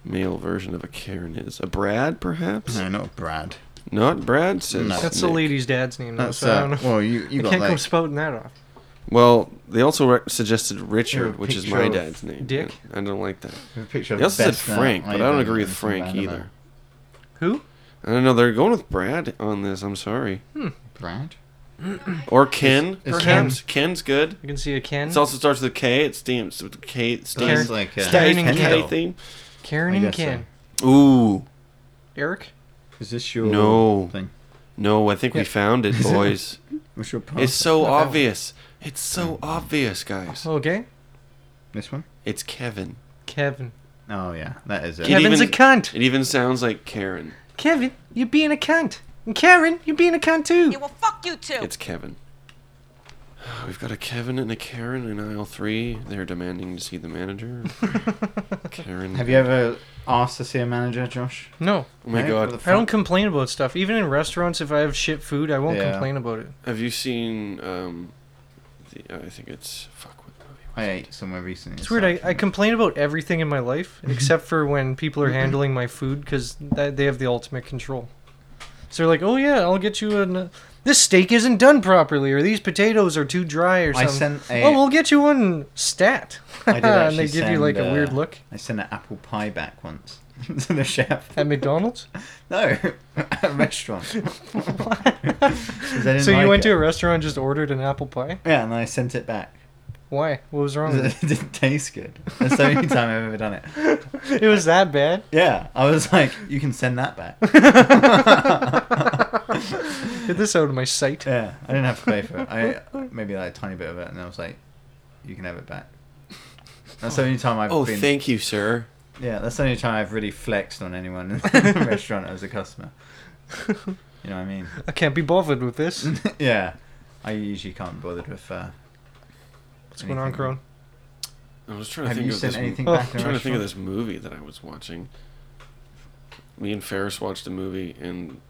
Speaker 7: male version of a Karen is. A Brad, perhaps?
Speaker 4: No, not Brad.
Speaker 7: Not Brad. Says
Speaker 4: No.
Speaker 5: That's
Speaker 7: Nick.
Speaker 5: the lady's dad's name, though,
Speaker 4: That's
Speaker 5: so I don't
Speaker 4: uh,
Speaker 5: know.
Speaker 4: well, you you
Speaker 5: I
Speaker 4: got
Speaker 5: can't go
Speaker 4: like
Speaker 5: spouting that off.
Speaker 7: Well, they also re- suggested Richard,
Speaker 4: Yeah,
Speaker 7: which is
Speaker 4: picture
Speaker 7: my
Speaker 4: of
Speaker 7: dad's name.
Speaker 5: Dick.
Speaker 7: I don't like that.
Speaker 4: a picture of
Speaker 7: They also said
Speaker 4: Best uh, Nut
Speaker 7: Frank, but I don't
Speaker 4: Ivan
Speaker 7: agree with
Speaker 4: and some
Speaker 7: Frank
Speaker 4: random
Speaker 7: either.
Speaker 5: Who?
Speaker 7: I don't know. They're going with Brad on this. I'm sorry.
Speaker 4: other. Brad.
Speaker 7: Or Ken,
Speaker 4: is
Speaker 7: perhaps. Ken's good.
Speaker 5: You can see a Ken.
Speaker 7: It also starts with a K. It steams with K.
Speaker 4: That's
Speaker 7: Steams.
Speaker 5: Karen-
Speaker 4: like uh,
Speaker 5: Karen and
Speaker 7: K
Speaker 5: Kendall.
Speaker 7: theme.
Speaker 5: Karen
Speaker 4: I
Speaker 5: and
Speaker 4: guess so.
Speaker 5: Ken.
Speaker 7: Ooh,
Speaker 5: Eric?
Speaker 4: Is this your
Speaker 7: No.
Speaker 4: thing?
Speaker 7: no! I think we found it, boys.
Speaker 4: What's your
Speaker 7: It's so
Speaker 5: that one.
Speaker 7: obvious. It's
Speaker 4: Mm.
Speaker 7: so obvious, guys.
Speaker 4: Oh.
Speaker 5: Okay.
Speaker 4: This one?
Speaker 7: It's Kevin.
Speaker 5: Kevin.
Speaker 4: Oh yeah, that is it.
Speaker 7: It
Speaker 5: Kevin's
Speaker 7: even-
Speaker 5: a cunt.
Speaker 7: It even sounds like Karen.
Speaker 5: Kevin, you're being a cunt. And Karen, you're being a cunt too.
Speaker 7: It's Kevin. We've got a Kevin and a Karen in aisle three. They're demanding to see the manager. Karen.
Speaker 4: Have you ever asked to see a manager, Josh?
Speaker 5: No,
Speaker 7: Oh my
Speaker 4: No? What
Speaker 7: god.
Speaker 4: the
Speaker 5: I don't complain about stuff. Even in restaurants, if I have shit food, I won't
Speaker 4: Yeah.
Speaker 5: complain about it.
Speaker 7: Have you seen? Um, the, I think it's fuck. What movie?
Speaker 4: I ate somewhere recently.
Speaker 5: It's weird. I, I complain about everything in my life except for when people are handling my food because they have the ultimate control. So they're like, "Oh yeah, I'll get you an. This steak isn't done properly, or these potatoes are too dry, or
Speaker 4: I
Speaker 5: something."
Speaker 4: sent a-
Speaker 5: oh, we'll get you one stat.
Speaker 4: I did
Speaker 5: and
Speaker 4: actually
Speaker 5: they give you like
Speaker 4: send,
Speaker 5: a weird
Speaker 4: uh,
Speaker 5: look
Speaker 4: I sent an apple pie back once to the chef.
Speaker 5: at McDonald's.
Speaker 4: No, at a restaurant. 'Cause I didn't
Speaker 5: so you
Speaker 4: like
Speaker 5: went
Speaker 4: it.
Speaker 5: to a restaurant, and just ordered an apple pie.
Speaker 4: yeah, and I sent it back.
Speaker 5: Why? What was wrong? with
Speaker 4: It didn't taste good. That's the only time I've ever done it.
Speaker 5: it? it was that bad.
Speaker 4: Yeah, I was like, you can send that back.
Speaker 5: Get this out of my sight.
Speaker 4: Yeah, I didn't have to pay for it. I maybe like a tiny bit of it, and I was like, you can have it back. That's the only time I've
Speaker 7: Oh,
Speaker 4: been.
Speaker 7: thank you, sir.
Speaker 4: yeah, that's the only time I've really flexed on anyone in a restaurant as a customer. You know what I mean?
Speaker 5: I can't be bothered with this. What's
Speaker 4: yeah, I usually can't be bothered with. Uh,
Speaker 5: going on,
Speaker 4: Anything.
Speaker 5: Crone?
Speaker 7: I was trying to
Speaker 4: have
Speaker 7: think
Speaker 4: you
Speaker 7: of
Speaker 4: sent
Speaker 7: this.
Speaker 4: anything
Speaker 5: Oh,
Speaker 4: back?
Speaker 7: I'm
Speaker 4: in a
Speaker 7: trying to think of
Speaker 4: restaurant?
Speaker 7: this movie that I was watching. Me and Ferris watched a movie, and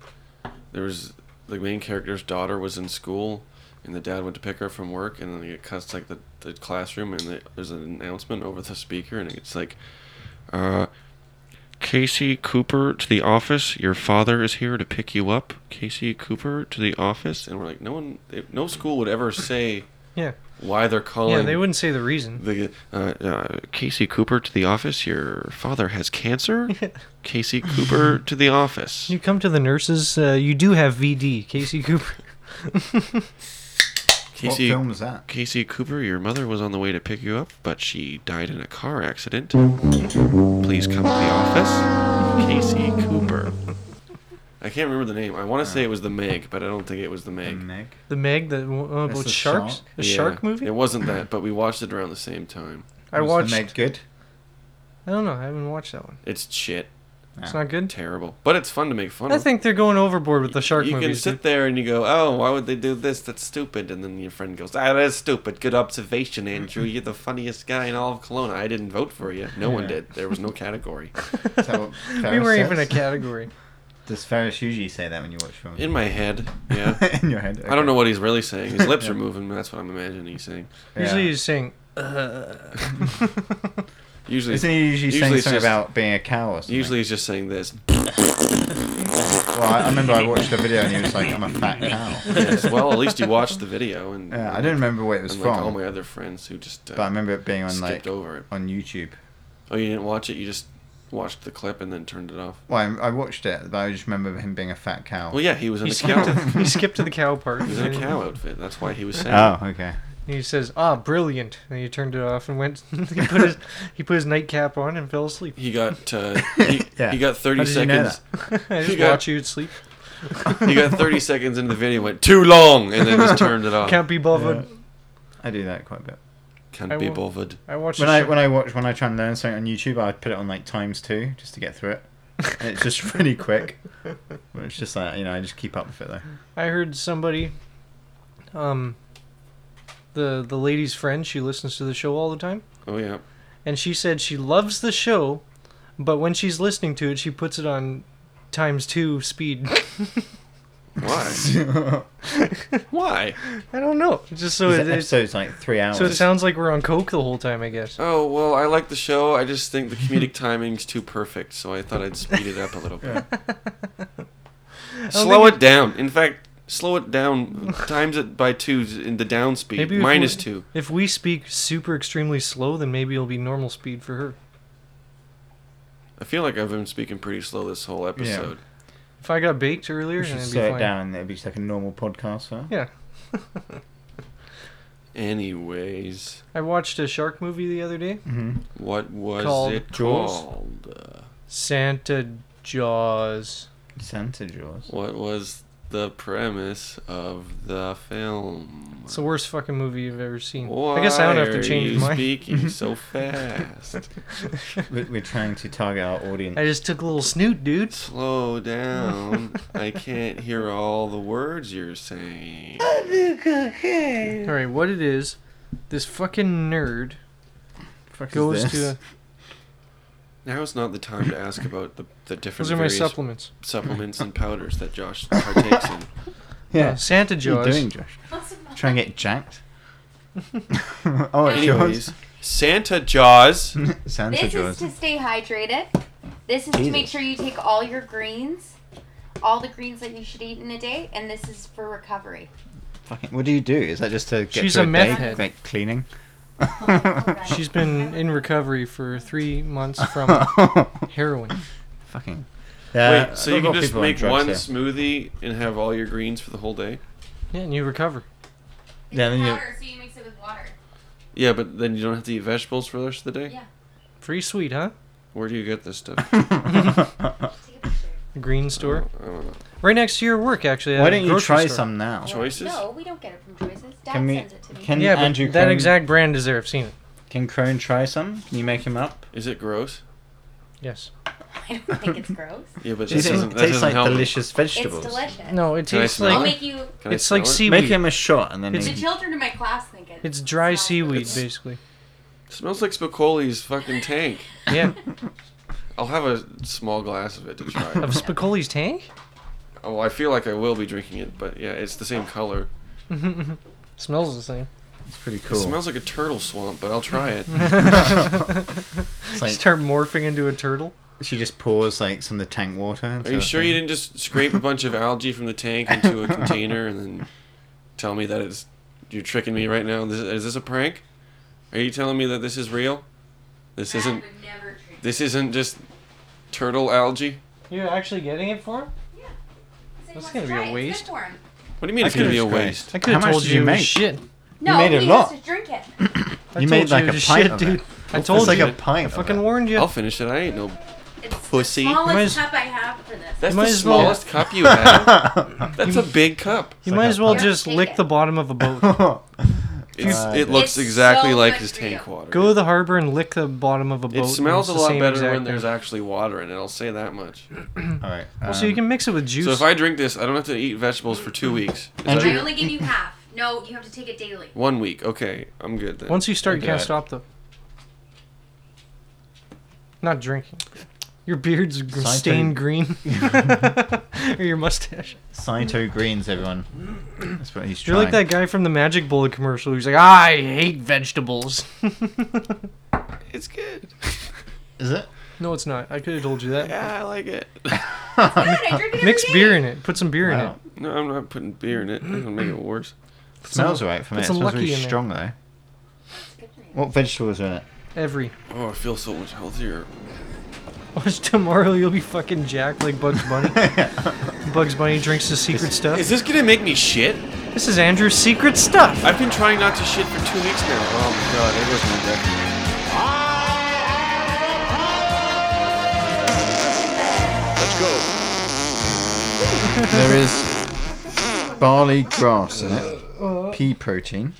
Speaker 7: there was the main character's daughter was in school, and the dad went to pick her from work, and then it cuts like the, the classroom, and the, there's an announcement over the speaker, and it's like, uh, Casey Cooper to the office. Your father is here to pick you up. Casey Cooper to the office, and we're like, no one, no school would ever say
Speaker 5: Yeah,
Speaker 7: why they're calling.
Speaker 5: yeah. They wouldn't say the reason.
Speaker 7: The uh, uh, Casey Cooper to the office. Your father has cancer. Casey Cooper to the office.
Speaker 5: You come to the nurses. Uh, you do have VD, Casey Cooper.
Speaker 4: What
Speaker 7: Casey
Speaker 4: film was that?
Speaker 7: Casey Cooper, your mother was on the way to pick you up, but she died in a car accident. Please come to the office. Casey Cooper. I can't remember the name. I want to say it was the Meg, but I don't think it was the Meg.
Speaker 4: Meg.
Speaker 5: The Meg, the uh, about
Speaker 4: the
Speaker 5: sharks,
Speaker 4: shark?
Speaker 5: the
Speaker 7: Yeah,
Speaker 5: shark movie.
Speaker 7: It wasn't that, but we watched it around the same time.
Speaker 5: I
Speaker 4: Was
Speaker 5: watched.
Speaker 4: The Meg good.
Speaker 5: I don't know. I haven't watched that one.
Speaker 7: It's shit,
Speaker 5: It's not good.
Speaker 7: terrible, but it's fun to make fun
Speaker 5: I
Speaker 7: of.
Speaker 5: think they're going overboard with the shark
Speaker 7: you can
Speaker 5: movies.
Speaker 7: sit
Speaker 5: dude.
Speaker 7: there and you go, "Oh, why would they do this? That's stupid." And then your friend goes, "Ah, that's stupid. Good observation, Andrew. You're the funniest guy in all of Kelowna. I didn't vote for you. No one
Speaker 4: Yeah.
Speaker 7: did. There was no category."
Speaker 4: Is that what
Speaker 5: we
Speaker 4: Ferris
Speaker 5: were even a
Speaker 4: says?
Speaker 5: category.
Speaker 4: Does Ferris usually say that when you watch films?
Speaker 7: In my head, yeah.
Speaker 4: In your head.
Speaker 7: I don't know what he's really saying. His lips are moving. but That's what I'm imagining he's saying.
Speaker 5: Usually, he's saying
Speaker 7: Usually,
Speaker 4: Isn't he usually, saying
Speaker 7: it's
Speaker 4: something
Speaker 7: just-
Speaker 4: about being a cow or something?
Speaker 7: Usually, he's just saying this.
Speaker 4: Well, I, I remember I watched a video and he was like, I'm a fat cow.
Speaker 7: Yes, well, at least you watched the video, and
Speaker 4: Yeah, I don't remember where it was
Speaker 7: and,
Speaker 4: from,
Speaker 7: like all my other friends who just uh,
Speaker 4: but I remember it being on
Speaker 7: skipped
Speaker 4: like
Speaker 7: over it.
Speaker 4: on YouTube.
Speaker 7: Oh, you didn't watch it. You just watched the clip and then turned it off.
Speaker 4: Well, I, I watched it, but I just remember him being a fat cow.
Speaker 7: Well, yeah, he was in
Speaker 5: he
Speaker 7: a cow.
Speaker 5: skipped, he skipped to the cow part.
Speaker 7: He was in
Speaker 5: and
Speaker 7: a cow outfit. That's why he was saying.
Speaker 4: Oh, okay.
Speaker 5: He says, "Ah, brilliant!" And he turned it off and went. he put his he put his nightcap on and fell asleep.
Speaker 7: He got uh, he,
Speaker 4: Yeah.
Speaker 7: he got
Speaker 4: How
Speaker 7: thirty
Speaker 4: did you know
Speaker 7: seconds.
Speaker 5: I just
Speaker 7: got-
Speaker 5: watch you sleep.
Speaker 7: he got thirty seconds into the video, went too long, and then just turned it off.
Speaker 5: Can't be bothered.
Speaker 4: I do that quite a bit.
Speaker 7: Can't
Speaker 5: I
Speaker 7: be
Speaker 5: will-
Speaker 7: bothered.
Speaker 5: I watched.
Speaker 4: When
Speaker 5: a
Speaker 4: I
Speaker 5: shark-
Speaker 4: when I watch when I try and learn something on YouTube, I put it on like times two just to get through it. And it's just really quick. But it's just like you know, I just keep up with it though.
Speaker 5: I heard somebody, um, the the lady's friend. She listens to the show all the time,
Speaker 7: Oh yeah,
Speaker 5: and she said she loves the show, but when she's listening to it, she puts it on times two speed.
Speaker 7: why? why?
Speaker 5: I don't know. Just so
Speaker 4: So
Speaker 5: it,
Speaker 4: the
Speaker 5: it,
Speaker 4: episode's like three hours.
Speaker 5: so it sounds like we're on coke the whole time. I guess.
Speaker 7: Oh well, I like the show. I just think the comedic timing's too perfect, so I thought I'd speed it up a little bit. slow
Speaker 5: think
Speaker 7: it down. In fact, slow it down. Times it by two in the down speed.
Speaker 5: Maybe if
Speaker 7: Minus
Speaker 5: we-
Speaker 7: two.
Speaker 5: If we speak super extremely slow, then maybe it'll be normal speed for her.
Speaker 7: I feel like I've been speaking pretty slow this whole episode.
Speaker 5: If I got baked earlier, then
Speaker 4: we should
Speaker 5: it'd be
Speaker 4: slow it
Speaker 5: fine.
Speaker 4: down. It'd be just like a normal podcast. Huh?
Speaker 5: Yeah,
Speaker 7: Anyways,
Speaker 5: I watched a shark movie the other day.
Speaker 4: Mm-hmm.
Speaker 7: what was
Speaker 5: Called
Speaker 7: it
Speaker 4: Jaws?
Speaker 7: called? Uh,
Speaker 5: Santa Jaws.
Speaker 4: Santa Jaws.
Speaker 7: What was the premise of the film.
Speaker 5: It's the worst fucking movie you've ever seen. I guess I don't have
Speaker 7: Why
Speaker 5: to
Speaker 7: are
Speaker 5: change
Speaker 7: you
Speaker 5: mine.
Speaker 7: speaking so fast?
Speaker 4: We're, we're trying to target our audience.
Speaker 5: I just took a little snoot, dude.
Speaker 7: Slow down. I can't hear all the words you're saying.
Speaker 5: All right, what it is? This fucking nerd
Speaker 4: Fuck is
Speaker 5: goes
Speaker 4: this?
Speaker 5: to. A,
Speaker 7: Now is not the time to ask about the, the different
Speaker 5: those are my
Speaker 7: various
Speaker 5: supplements.
Speaker 7: supplements and powders that Josh partakes in.
Speaker 4: yeah.
Speaker 5: Uh, Santa
Speaker 4: What are you
Speaker 5: Jaws.
Speaker 4: doing, Josh? Try and get jacked. oh, it's yours.
Speaker 7: Anyways, Santa Jaws.
Speaker 4: Santa
Speaker 10: This is
Speaker 4: Jaws.
Speaker 10: to stay hydrated. This is to make
Speaker 4: Jesus.
Speaker 10: sure you take all your greens, all the greens that you should eat in a day, and this is for recovery.
Speaker 4: Fucking, what do you do? Is that just to get
Speaker 5: She's
Speaker 4: through
Speaker 5: a meth
Speaker 4: day?
Speaker 5: head.
Speaker 4: Like cleaning?
Speaker 10: Oh,
Speaker 5: She's been in recovery for three months from heroin.
Speaker 4: Fucking.
Speaker 7: Wait, so
Speaker 4: I've
Speaker 7: you can
Speaker 4: got
Speaker 7: just
Speaker 4: Uh, people on
Speaker 7: make
Speaker 4: drugs
Speaker 7: one
Speaker 4: here.
Speaker 7: smoothie and have all your greens for the whole day?
Speaker 5: Yeah, and you recover.
Speaker 10: It's
Speaker 4: Yeah,
Speaker 10: yeah,
Speaker 4: then you-
Speaker 10: powder, so you mix it with water.
Speaker 7: Yeah, but then you don't have to eat vegetables for the rest of the day?
Speaker 10: Yeah.
Speaker 5: Pretty sweet, huh?
Speaker 7: Where do you get this stuff?
Speaker 10: Take a picture.
Speaker 5: The green store.
Speaker 7: I don't know.
Speaker 5: Right next to your work, actually. at
Speaker 4: Why
Speaker 5: a
Speaker 4: don't you
Speaker 5: grocery
Speaker 4: try
Speaker 5: store.
Speaker 4: some now?
Speaker 7: Choices?
Speaker 10: Uh, No, we don't get it from choices. Dad
Speaker 4: Can we?
Speaker 10: sends it to me.
Speaker 4: Can
Speaker 5: Yeah, but
Speaker 4: Andrew?
Speaker 5: that
Speaker 4: Crone-
Speaker 5: exact brand is there. I've seen it.
Speaker 4: Can Crone try some? Can you make him up?
Speaker 7: Is it gross?
Speaker 5: Yes.
Speaker 10: I don't think it's gross.
Speaker 7: Yeah, but
Speaker 4: It
Speaker 7: this doesn't,
Speaker 4: tastes,
Speaker 7: that
Speaker 4: it tastes
Speaker 7: doesn't
Speaker 4: like
Speaker 7: help.
Speaker 4: delicious
Speaker 10: It's
Speaker 4: vegetables.
Speaker 10: delicious.
Speaker 5: No, it
Speaker 7: Can I
Speaker 5: tastes
Speaker 7: smell
Speaker 10: I'll
Speaker 5: like
Speaker 7: it?
Speaker 10: make you.
Speaker 7: Can I
Speaker 5: it's like
Speaker 7: smell it?
Speaker 5: seaweed.
Speaker 4: Make him a shot and then.
Speaker 5: It's
Speaker 10: The
Speaker 4: he-
Speaker 10: children in my class think it.
Speaker 5: it's dry
Speaker 10: smells good.
Speaker 5: seaweed,
Speaker 7: It's-
Speaker 5: basically.
Speaker 7: Smells like Spicoli's fucking tank.
Speaker 5: Yeah,
Speaker 7: I'll have a small glass of it to try.
Speaker 5: of Spicoli's tank.
Speaker 7: oh, I feel like I will be drinking it, but yeah, it's the same color.
Speaker 5: Smells the same.
Speaker 4: It's pretty
Speaker 7: It
Speaker 4: cool.
Speaker 7: smells like a turtle swamp, but I'll try it.
Speaker 4: It's like-
Speaker 5: Start morphing into a turtle.
Speaker 4: she just pours like some of the tank water.
Speaker 7: Are you sure you didn't just scrape a bunch of algae from the tank into a container and then tell me that it's you're tricking me right now? This, is this a prank? Are you telling me that this is real? This
Speaker 10: I
Speaker 7: isn't.
Speaker 10: would never drink.
Speaker 7: This isn't just turtle algae.
Speaker 5: You're actually getting it for him?
Speaker 10: He wants
Speaker 5: That's
Speaker 10: to
Speaker 5: gonna be a
Speaker 10: try it. It's good
Speaker 5: waste.
Speaker 10: for him.
Speaker 7: What do you mean it's
Speaker 4: think
Speaker 7: gonna be a
Speaker 4: it's great.
Speaker 7: waste?
Speaker 5: I could have
Speaker 4: How much
Speaker 5: told
Speaker 4: did you
Speaker 5: you,
Speaker 4: make?
Speaker 5: shit.
Speaker 10: No,
Speaker 4: made a
Speaker 10: he
Speaker 4: lot.
Speaker 10: has to drink it.
Speaker 5: I
Speaker 4: You
Speaker 5: told
Speaker 4: made like
Speaker 5: you
Speaker 4: a
Speaker 5: to
Speaker 4: pint
Speaker 5: shit,
Speaker 4: of
Speaker 5: dude.
Speaker 4: it.
Speaker 5: I told
Speaker 4: it's like
Speaker 5: you.
Speaker 4: a
Speaker 5: I
Speaker 4: pint. of
Speaker 5: fucking
Speaker 4: it. Oh,
Speaker 5: warned you.
Speaker 7: I'll finish it. I ain't no.
Speaker 10: It's
Speaker 7: Pussy.
Speaker 10: the
Speaker 5: Might
Speaker 10: smallest
Speaker 5: as-
Speaker 10: cup I have for this.
Speaker 7: That's
Speaker 5: might
Speaker 7: the
Speaker 5: as well-
Speaker 7: smallest cup you have. That's a big cup.
Speaker 5: You might as well
Speaker 10: Yeah,
Speaker 5: just
Speaker 10: take
Speaker 5: lick
Speaker 10: it.
Speaker 5: the bottom of a boat.
Speaker 7: It's, it
Speaker 10: It's
Speaker 7: looks exactly
Speaker 10: so
Speaker 7: like
Speaker 10: good
Speaker 7: his
Speaker 10: for
Speaker 7: tank
Speaker 10: you.
Speaker 7: water.
Speaker 5: Go to the harbor and lick the bottom of a
Speaker 7: it
Speaker 5: boat.
Speaker 7: smells a
Speaker 5: and it's the
Speaker 7: lot
Speaker 5: same
Speaker 7: better
Speaker 5: exact
Speaker 7: when there's
Speaker 5: thing.
Speaker 7: actually water in it. I'll say that much.
Speaker 4: All right.
Speaker 5: Well, so you
Speaker 4: um,
Speaker 5: can mix it with juice.
Speaker 7: So if I drink this, I don't have to eat vegetables for two weeks. Is that
Speaker 10: I
Speaker 7: it?
Speaker 10: only give you half. No, you have to take it daily.
Speaker 7: One week. Okay, I'm good then.
Speaker 5: Once you start, you
Speaker 4: Okay.
Speaker 5: can't stop though. Not drinking. Your beard's gr-
Speaker 4: Side
Speaker 5: stained
Speaker 4: thing.
Speaker 5: green, or your mustache.
Speaker 4: Saito greens, everyone. That's what he's
Speaker 5: You're
Speaker 4: trying.
Speaker 5: like that guy from the Magic Bullet commercial. He's like, I hate vegetables.
Speaker 7: it's good.
Speaker 4: Is it?
Speaker 5: no, it's not. I could have told you that.
Speaker 7: Yeah, I like it.
Speaker 10: Dude, I drink it
Speaker 5: Mix
Speaker 10: every day.
Speaker 5: beer in it. Put some beer
Speaker 4: Wow.
Speaker 5: in
Speaker 7: No, I'm not putting beer in it. It's gonna make it worse.
Speaker 4: smells alright for me. It
Speaker 5: Put some
Speaker 4: smells
Speaker 5: lucky
Speaker 4: really
Speaker 5: in there.
Speaker 4: strong though.
Speaker 10: It's good for you.
Speaker 4: What vegetables are in it?
Speaker 5: it. Every.
Speaker 7: Oh, I feel so much healthier.
Speaker 5: Watch tomorrow, you'll be fucking jacked like Bugs Bunny. Bugs Bunny drinks his secret stuff.
Speaker 7: Is this gonna make me shit?
Speaker 5: this is Andrew's secret stuff.
Speaker 7: I've been trying not to shit for two weeks now. Oh my god, it was my death.
Speaker 4: There is barley grass in it. Pea protein.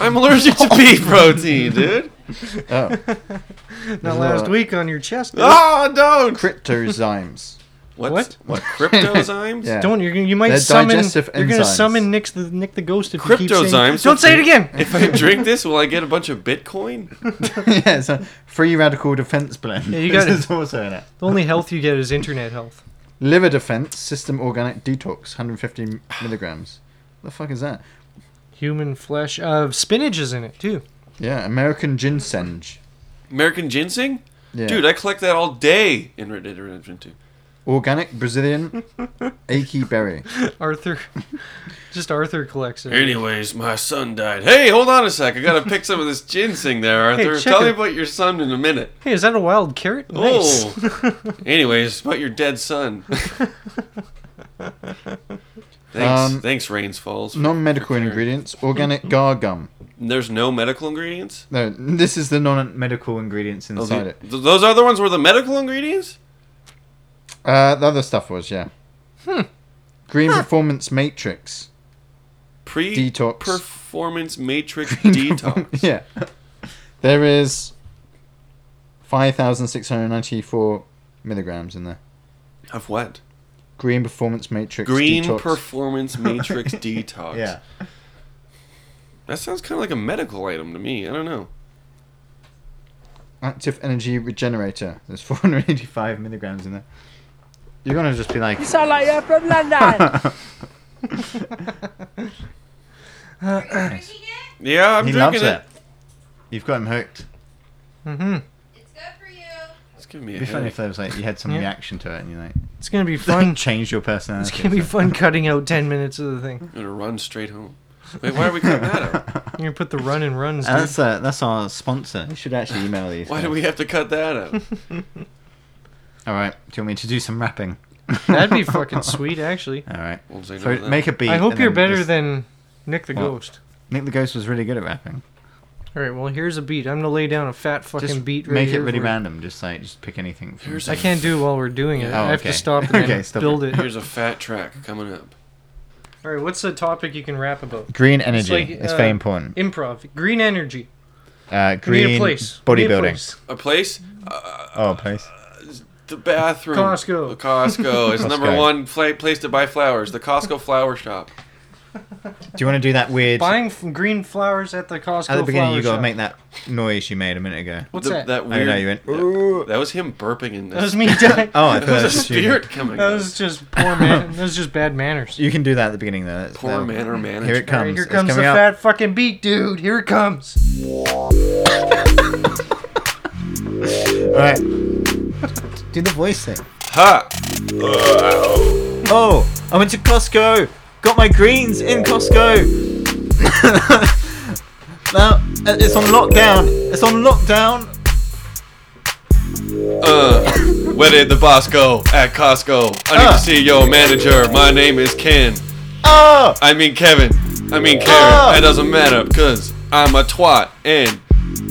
Speaker 7: I'm allergic to pea protein, dude.
Speaker 4: Oh,
Speaker 5: Not last week on your chest.
Speaker 4: Ah!
Speaker 5: dude.
Speaker 7: Oh, don't.
Speaker 4: cryptozymes.
Speaker 7: What's,
Speaker 5: What?
Speaker 7: What? Cryptozymes?
Speaker 4: Yeah.
Speaker 5: Don't you're gonna, you might
Speaker 4: They're
Speaker 5: summon
Speaker 4: digestive
Speaker 5: you're gonna
Speaker 4: enzymes.
Speaker 5: summon Nick the Nick the Ghost if you keep saying
Speaker 7: Cryptozymes.
Speaker 5: Don't say it again.
Speaker 7: If I drink this, will I get a bunch of Bitcoin?
Speaker 4: yeah, it's a free radical defense blend.
Speaker 5: Yeah, you got
Speaker 4: this
Speaker 5: it.
Speaker 4: is also in it.
Speaker 5: The only health you get is internet health.
Speaker 4: Liver defense system organic detox, 150 milligrams. What the fuck is that?
Speaker 5: Human flesh. Uh, spinach is in it too.
Speaker 4: Yeah, American ginseng.
Speaker 7: American ginseng?
Speaker 4: Yeah.
Speaker 7: Dude, I collect that all day in Red Dead Redemption 2.
Speaker 4: Organic Brazilian achy berry.
Speaker 5: Arthur, just Arthur collects it.
Speaker 7: Anyways, my son died. Hey, hold on a sec. I gotta pick some of this ginseng there, Arthur.
Speaker 5: check
Speaker 7: Tell
Speaker 5: it.
Speaker 7: me about your son in a minute.
Speaker 5: Hey, is that a wild carrot? Nice.
Speaker 7: Oh. Anyways, about your dead son. thanks,
Speaker 4: Um,
Speaker 7: thanks, Rains Falls.
Speaker 4: Non medical
Speaker 7: Prepared.
Speaker 4: ingredients. Organic gar gum.
Speaker 7: There's no medical ingredients.
Speaker 4: No, this is the non medical ingredients
Speaker 7: Those,
Speaker 4: inside
Speaker 7: th-
Speaker 4: it.
Speaker 7: those other ones were the medical ingredients. Hmm.
Speaker 4: Uh, the other stuff was, yeah. Green Performance Matrix.
Speaker 7: Pre
Speaker 4: Detox.
Speaker 7: performance matrix detox.
Speaker 4: yeah. There is 5,694 milligrams in there.
Speaker 7: Of what?
Speaker 4: Green Performance Matrix
Speaker 7: Green
Speaker 4: Detox.
Speaker 7: performance matrix detox.
Speaker 4: yeah.
Speaker 7: That sounds kind of like a medical item to me. I don't know.
Speaker 4: Active Energy Regenerator. There's 485 milligrams in there. You're going to just be like,
Speaker 8: You sound like you're from London.
Speaker 10: Drinking it?
Speaker 7: Yeah, I'm
Speaker 4: he
Speaker 7: drinking
Speaker 4: loves
Speaker 7: it.
Speaker 4: it. You've got him hooked.
Speaker 5: Mm-hmm.
Speaker 10: It's good for you.
Speaker 7: It's giving me a
Speaker 4: It'd be funny if
Speaker 7: headache.
Speaker 4: there was like you had some
Speaker 5: Yeah.
Speaker 4: reaction to it and you like
Speaker 5: It's gonna be fun.
Speaker 4: changed your personality.
Speaker 5: It's gonna be fun cutting out ten minutes of the thing.
Speaker 7: I'm gonna run straight home. Wait, why are we cutting that out?
Speaker 5: You're gonna put the run and runs.
Speaker 4: And
Speaker 5: Dude.
Speaker 4: that's uh, that's our sponsor. We should actually email these.
Speaker 7: Why do we have to cut that out?
Speaker 4: All right. Do you want me to do some rapping?
Speaker 5: That'd be fucking sweet, actually.
Speaker 4: All right.
Speaker 7: We'll say no
Speaker 4: So
Speaker 7: to that.
Speaker 4: make a beat.
Speaker 5: I hope
Speaker 4: and
Speaker 5: you're
Speaker 4: then
Speaker 5: better
Speaker 4: just-
Speaker 5: than Nick the
Speaker 4: Well,
Speaker 5: Ghost.
Speaker 4: Nick the Ghost was really good at rapping.
Speaker 5: All right, well here's a beat. I'm gonna lay down a fat fucking
Speaker 4: Just
Speaker 5: beat. Right
Speaker 4: make it
Speaker 5: here
Speaker 4: really
Speaker 5: for you.
Speaker 4: random. Just like just pick anything. From
Speaker 7: Here's
Speaker 5: I can't do it while we're doing it. I have
Speaker 4: Oh, okay.
Speaker 5: to stop and then
Speaker 4: Okay, stop
Speaker 5: build
Speaker 4: it.
Speaker 5: it.
Speaker 7: Here's a fat track coming up.
Speaker 5: All right, what's the topic you can rap about?
Speaker 4: green energy.
Speaker 5: like,
Speaker 4: It's,
Speaker 5: uh,
Speaker 4: very important.
Speaker 5: Improv, green energy.
Speaker 4: Uh,
Speaker 5: We
Speaker 4: green
Speaker 5: need a place. We need a
Speaker 4: bodybuilding.
Speaker 5: place.
Speaker 7: A place?
Speaker 4: Oh, place.
Speaker 7: The bathroom.
Speaker 5: Costco.
Speaker 7: The Costco. It's number
Speaker 4: Costco.
Speaker 7: one pla place to buy flowers. The Costco flower shop.
Speaker 4: Do you want to do that weird?
Speaker 5: Buying f- green flowers at the Costco.
Speaker 4: at the beginning,
Speaker 5: flower
Speaker 4: you gotta
Speaker 5: shop.
Speaker 4: make that noise you made a minute ago.
Speaker 5: What's
Speaker 7: The-
Speaker 5: that?
Speaker 7: That
Speaker 4: I don't
Speaker 7: weird.
Speaker 4: know. You went.
Speaker 7: That was him burping in this.
Speaker 5: That was me. dying.
Speaker 4: Oh, I thought
Speaker 7: That
Speaker 4: that
Speaker 7: was a
Speaker 4: was you.
Speaker 7: spirit coming.
Speaker 5: That
Speaker 7: out.
Speaker 5: was just poor man. That was just bad manners.
Speaker 4: You can do that at the beginning though. That's-
Speaker 7: Poor
Speaker 4: that'll-
Speaker 7: manner manager.
Speaker 4: Here it
Speaker 5: All
Speaker 4: comes.
Speaker 5: right, here
Speaker 4: It's
Speaker 5: comes the
Speaker 4: coming up.
Speaker 5: fat fucking beat, dude. Here it comes.
Speaker 4: All right. Do the voice thing.
Speaker 7: Ha!
Speaker 4: Oh, I went to Costco. Got my greens in Costco. now it's on lockdown. It's on lockdown.
Speaker 7: Uh, where did the boss go? At Costco. I need
Speaker 4: Uh.
Speaker 7: to see your manager. My name is Ken.
Speaker 4: Oh,
Speaker 7: I mean Kevin. I mean Karen.
Speaker 4: Uh.
Speaker 7: That doesn't matter because I'm a twat and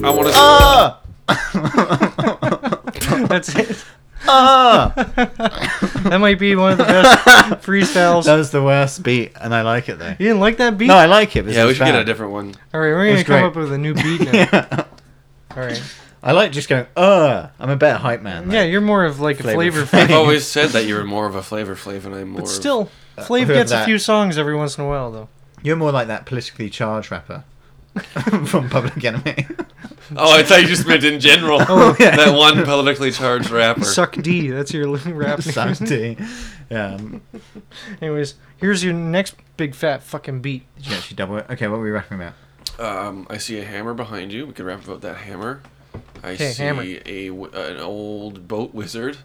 Speaker 7: I want to.
Speaker 4: ah,
Speaker 5: That's it.
Speaker 4: ah.
Speaker 5: That might be one of the best freestyles.
Speaker 4: That was the worst beat, and I like it though.
Speaker 5: you didn't like that beat?
Speaker 4: No, I like it. but it's
Speaker 7: yeah, we
Speaker 4: just
Speaker 7: should get
Speaker 4: bad.
Speaker 7: a different one.
Speaker 5: All right, we're
Speaker 4: It
Speaker 5: gonna
Speaker 4: was
Speaker 5: come
Speaker 4: great.
Speaker 5: up with a new beat now. All right.
Speaker 4: I like just going. Uh, I'm a better hype man.
Speaker 5: Yeah,
Speaker 4: Like,
Speaker 5: you're more of like a
Speaker 4: Flavor
Speaker 5: flavor.
Speaker 7: I've
Speaker 5: Flav.
Speaker 7: always said that you were more of a Flavor Flav and I'm more.
Speaker 5: But
Speaker 7: of-
Speaker 5: still, Flav
Speaker 4: Who
Speaker 5: gets a
Speaker 4: that?
Speaker 5: few songs every once in a while, though.
Speaker 4: you're more like that politically charged rapper from Public Enemy.
Speaker 7: Oh, I thought you just meant in general.
Speaker 4: yeah.
Speaker 7: That one politically charged rapper.
Speaker 5: Suck D. That's your rap name.
Speaker 4: Sucks, D. Yeah. um,
Speaker 5: Anyways, here's your next big fat fucking beat.
Speaker 4: Did you actually double it? Okay, what were we rapping about?
Speaker 7: Um, I see a hammer behind you. We could rap about that hammer. I
Speaker 5: Okay,
Speaker 7: see
Speaker 5: hammer.
Speaker 7: a w- an old boat wizard.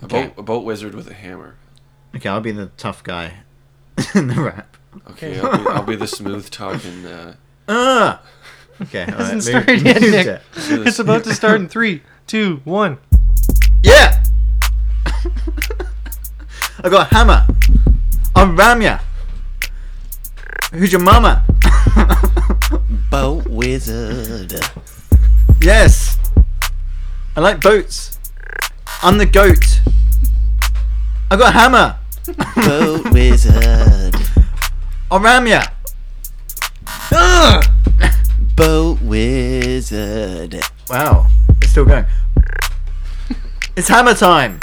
Speaker 7: A
Speaker 4: Okay.
Speaker 7: boat a boat wizard with a hammer.
Speaker 4: Okay, I'll be the tough guy in the rap.
Speaker 7: Okay, I'll, be, I'll be the smooth talking. Uh,
Speaker 4: Ah. Okay, all right.
Speaker 5: Hasn't
Speaker 4: move-
Speaker 5: started yet,
Speaker 4: move
Speaker 5: Nick.
Speaker 4: it.
Speaker 5: It's about to start in three, two, one.
Speaker 4: Yeah. I got a hammer. I'm ram ya. Who's your mama?
Speaker 2: Boat wizard.
Speaker 4: Yes. I like boats. I'm the goat. I got a hammer.
Speaker 2: Boat wizard.
Speaker 4: I'll ram ya.
Speaker 2: Boat wizard.
Speaker 4: Wow, it's still going. It's hammer time.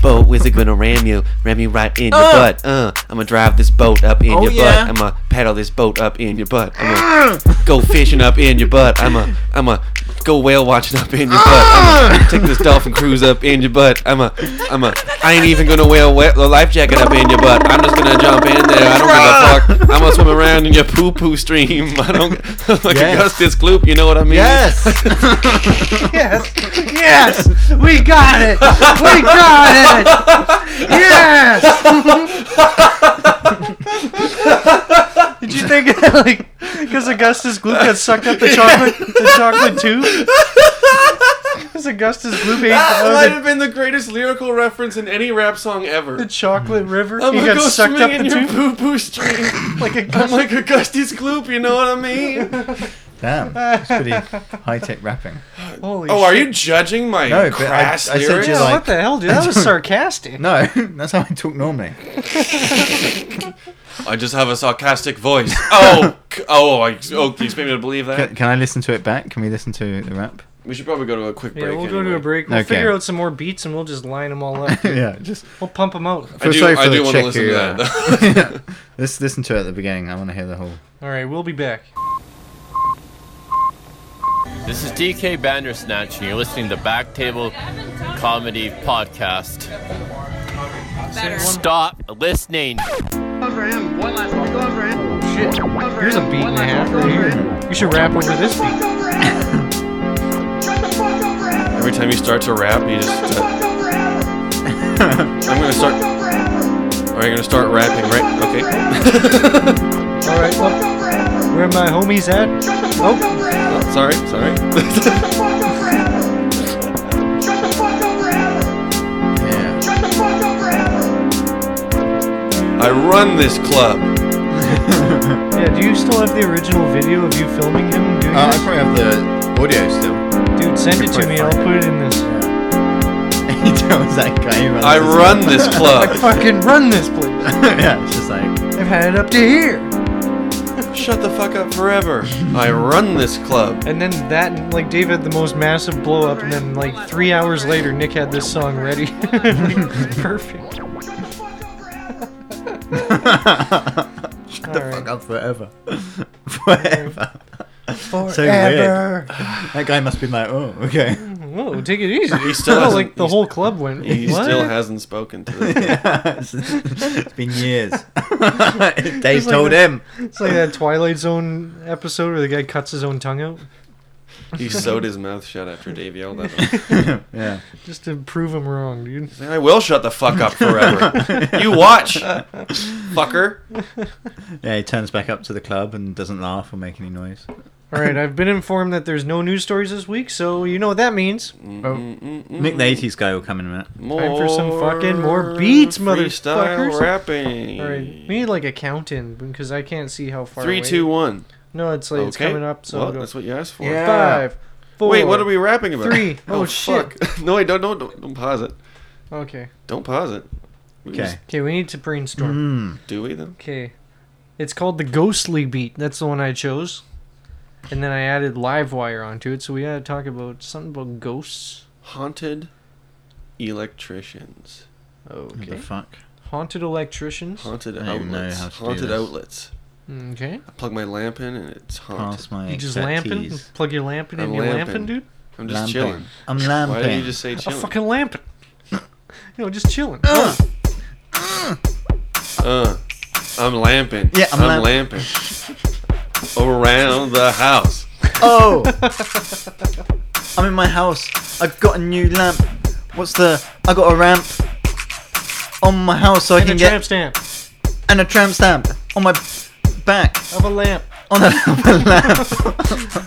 Speaker 2: Boat wizard gonna ram you, ram you right in
Speaker 4: Oh.
Speaker 2: your butt. Uh, I'ma drive this boat up in
Speaker 4: Oh,
Speaker 2: your
Speaker 4: yeah.
Speaker 2: butt. I'ma paddle this boat up in your butt. I'ma go fishing up in your butt. I'ma I'ma go whale watching up in your butt. I'ma take this dolphin cruise up in your butt. I'ma I'ma I ain't even gonna wear a wet- a life jacket up in your butt. I'm just gonna jump in there. I don't give a fuck. I'ma swim around in your poo poo stream. I don't like
Speaker 4: Yes.
Speaker 2: Augustus Gloop. You know what I mean?
Speaker 4: Yes.
Speaker 5: Yes, yes, we got it, we got it. Yes. Did you think like because Augustus Gloop got sucked up the chocolate, the chocolate too? Because Augustus Gloop ate
Speaker 7: that
Speaker 5: out
Speaker 7: might
Speaker 5: of the,
Speaker 7: have been the greatest lyrical reference in any rap song ever.
Speaker 5: the chocolate river.
Speaker 7: I'm
Speaker 5: he
Speaker 7: gonna
Speaker 5: got
Speaker 7: go
Speaker 5: sucked
Speaker 7: swimming
Speaker 5: up
Speaker 7: in
Speaker 5: the
Speaker 7: your
Speaker 5: tube
Speaker 7: poo poo stream.
Speaker 5: like
Speaker 7: I'm
Speaker 5: Augustus.
Speaker 7: like Augustus Gloop. You know what I mean?
Speaker 4: Damn, that's pretty high tech rapping.
Speaker 5: Holy
Speaker 7: oh, are
Speaker 5: shit.
Speaker 7: you judging my
Speaker 4: No, but I-
Speaker 7: crass
Speaker 4: I said
Speaker 7: lyrics?
Speaker 4: you
Speaker 5: Yeah,
Speaker 4: like-
Speaker 5: what the hell, dude? That was sarcastic.
Speaker 4: No, that's how I talk normally.
Speaker 7: I just have a sarcastic voice. oh, c- oh, I, oh, you expect me to believe that?
Speaker 4: Can, can I listen to it back? Can we listen to the rap?
Speaker 7: We should probably go to a quick
Speaker 5: Yeah,
Speaker 7: break.
Speaker 5: we'll go to a
Speaker 7: anyway.
Speaker 5: break. We'll
Speaker 4: Okay.
Speaker 5: figure out some more beats and we'll just line them all up.
Speaker 4: yeah, just
Speaker 5: We'll pump them out.
Speaker 7: I
Speaker 4: feel
Speaker 7: do,
Speaker 4: sorry
Speaker 7: I
Speaker 4: for
Speaker 7: do
Speaker 4: the
Speaker 7: want to
Speaker 4: chick
Speaker 7: listen
Speaker 4: who,
Speaker 7: to that.
Speaker 4: uh,
Speaker 7: though.
Speaker 4: let's listen to it at the beginning. I want to hear the whole.
Speaker 5: All right, we'll be back.
Speaker 11: This is DK Bandersnatch, and you're listening to Back Table Comedy Podcast. Stop listening.
Speaker 5: Here's a beat and a half right here. You should rap over this beat.
Speaker 7: Every time you start to rap, you just. Uh, I'm gonna start. Are you gonna start rapping? Right? Okay.
Speaker 5: All right, well, where my homies at? Oh,
Speaker 7: Oh, sorry, sorry.
Speaker 4: Yeah.
Speaker 7: I run this club.
Speaker 5: yeah. Do you still have the original video of you filming him doing
Speaker 4: Uh, I probably have the audio still.
Speaker 5: this? Dude, send it to me. I'll put it in this.
Speaker 4: he tells that guy. who runs
Speaker 7: I
Speaker 4: this-
Speaker 7: run this
Speaker 5: I
Speaker 7: club.
Speaker 5: fucking run this place.
Speaker 4: yeah, it's just like
Speaker 5: I've had it up to here.
Speaker 7: Shut the fuck up forever. I run this club.
Speaker 5: And then that, like, Dave had the most massive blow up, and then, like, three hours later, Nick had this song ready. Perfect.
Speaker 4: shut
Speaker 5: All
Speaker 4: the
Speaker 5: right.
Speaker 4: fuck up forever, forever. So weird. That guy must be like, oh, okay.
Speaker 5: Whoa, take it easy. He
Speaker 7: still hasn't-
Speaker 5: like, the
Speaker 7: he's-
Speaker 5: whole club went.
Speaker 7: He
Speaker 5: what?
Speaker 7: still hasn't spoken to this. guy.
Speaker 4: it's been years. Dave
Speaker 5: It's like
Speaker 4: told
Speaker 5: the-
Speaker 4: him.
Speaker 5: It's like that Twilight Zone episode where the guy cuts his own tongue out
Speaker 7: He sewed his mouth shut after Dave yelled at him.
Speaker 4: Yeah.
Speaker 5: just to prove him wrong, dude.
Speaker 7: I will shut the fuck up forever. You watch, fucker.
Speaker 4: Yeah, he turns back up to the club and doesn't laugh or make any noise.
Speaker 5: All right, I've been informed that there's no news stories this week, so you know what that means.
Speaker 7: Mm.
Speaker 4: Nick the 80s guy will come in a minute.
Speaker 7: More
Speaker 5: for some fucking more beats,
Speaker 7: freestyle
Speaker 5: motherfuckers.
Speaker 7: rapping.
Speaker 5: All right, we need like a count in because I can't see how far.
Speaker 7: Three,
Speaker 5: away.
Speaker 7: two, one.
Speaker 5: No, it's like it's
Speaker 7: okay.
Speaker 5: coming up. So
Speaker 7: well,
Speaker 5: go
Speaker 7: that's what you asked for.
Speaker 5: five, four.
Speaker 7: Wait, what are we rapping about?
Speaker 5: Three.
Speaker 7: Oh,
Speaker 5: Oh, shit.
Speaker 7: fuck. no, wait, don't, don't, don't, don't pause it.
Speaker 5: Okay.
Speaker 7: Don't pause it. We
Speaker 4: Okay. Hmm.
Speaker 7: just-
Speaker 5: Okay, we need to
Speaker 4: Mm-hmm.
Speaker 5: brainstorm.
Speaker 7: Do we though?
Speaker 5: Okay, it's called the Ghostly Beat. That's the one I chose, and then I added Livewire onto it. So we gotta talk about something about ghosts.
Speaker 7: Haunted electricians.
Speaker 4: What the
Speaker 5: Okay.
Speaker 4: fuck?
Speaker 5: Haunted electricians.
Speaker 7: Haunted
Speaker 4: I don't know
Speaker 7: outlets.
Speaker 4: how to do
Speaker 7: Haunted
Speaker 4: this.
Speaker 7: outlets.
Speaker 5: Okay.
Speaker 7: I plug my lamp in and it's haunted.
Speaker 4: Pass my
Speaker 5: You just lamping?
Speaker 4: expertise.
Speaker 5: Plug your lamping
Speaker 7: I'm
Speaker 5: in your
Speaker 7: lamping.
Speaker 5: lamping, dude.
Speaker 7: I'm just
Speaker 4: Lamping.
Speaker 7: chilling.
Speaker 4: I'm lamping.
Speaker 7: Why did you just say
Speaker 5: A
Speaker 7: chilling?
Speaker 5: fucking lamping. you know, just chilling.
Speaker 7: Uh, I'm lamping.
Speaker 4: Yeah, I'm
Speaker 7: lamping. Around the house.
Speaker 4: Oh! I'm in my house. I've got a new lamp. What's the. I got a ramp on my house so I
Speaker 5: And
Speaker 4: can
Speaker 5: a
Speaker 4: get.
Speaker 5: tramp stamp
Speaker 4: And a tramp stamp on my back.
Speaker 5: of a lamp.
Speaker 4: On a, on a lamp.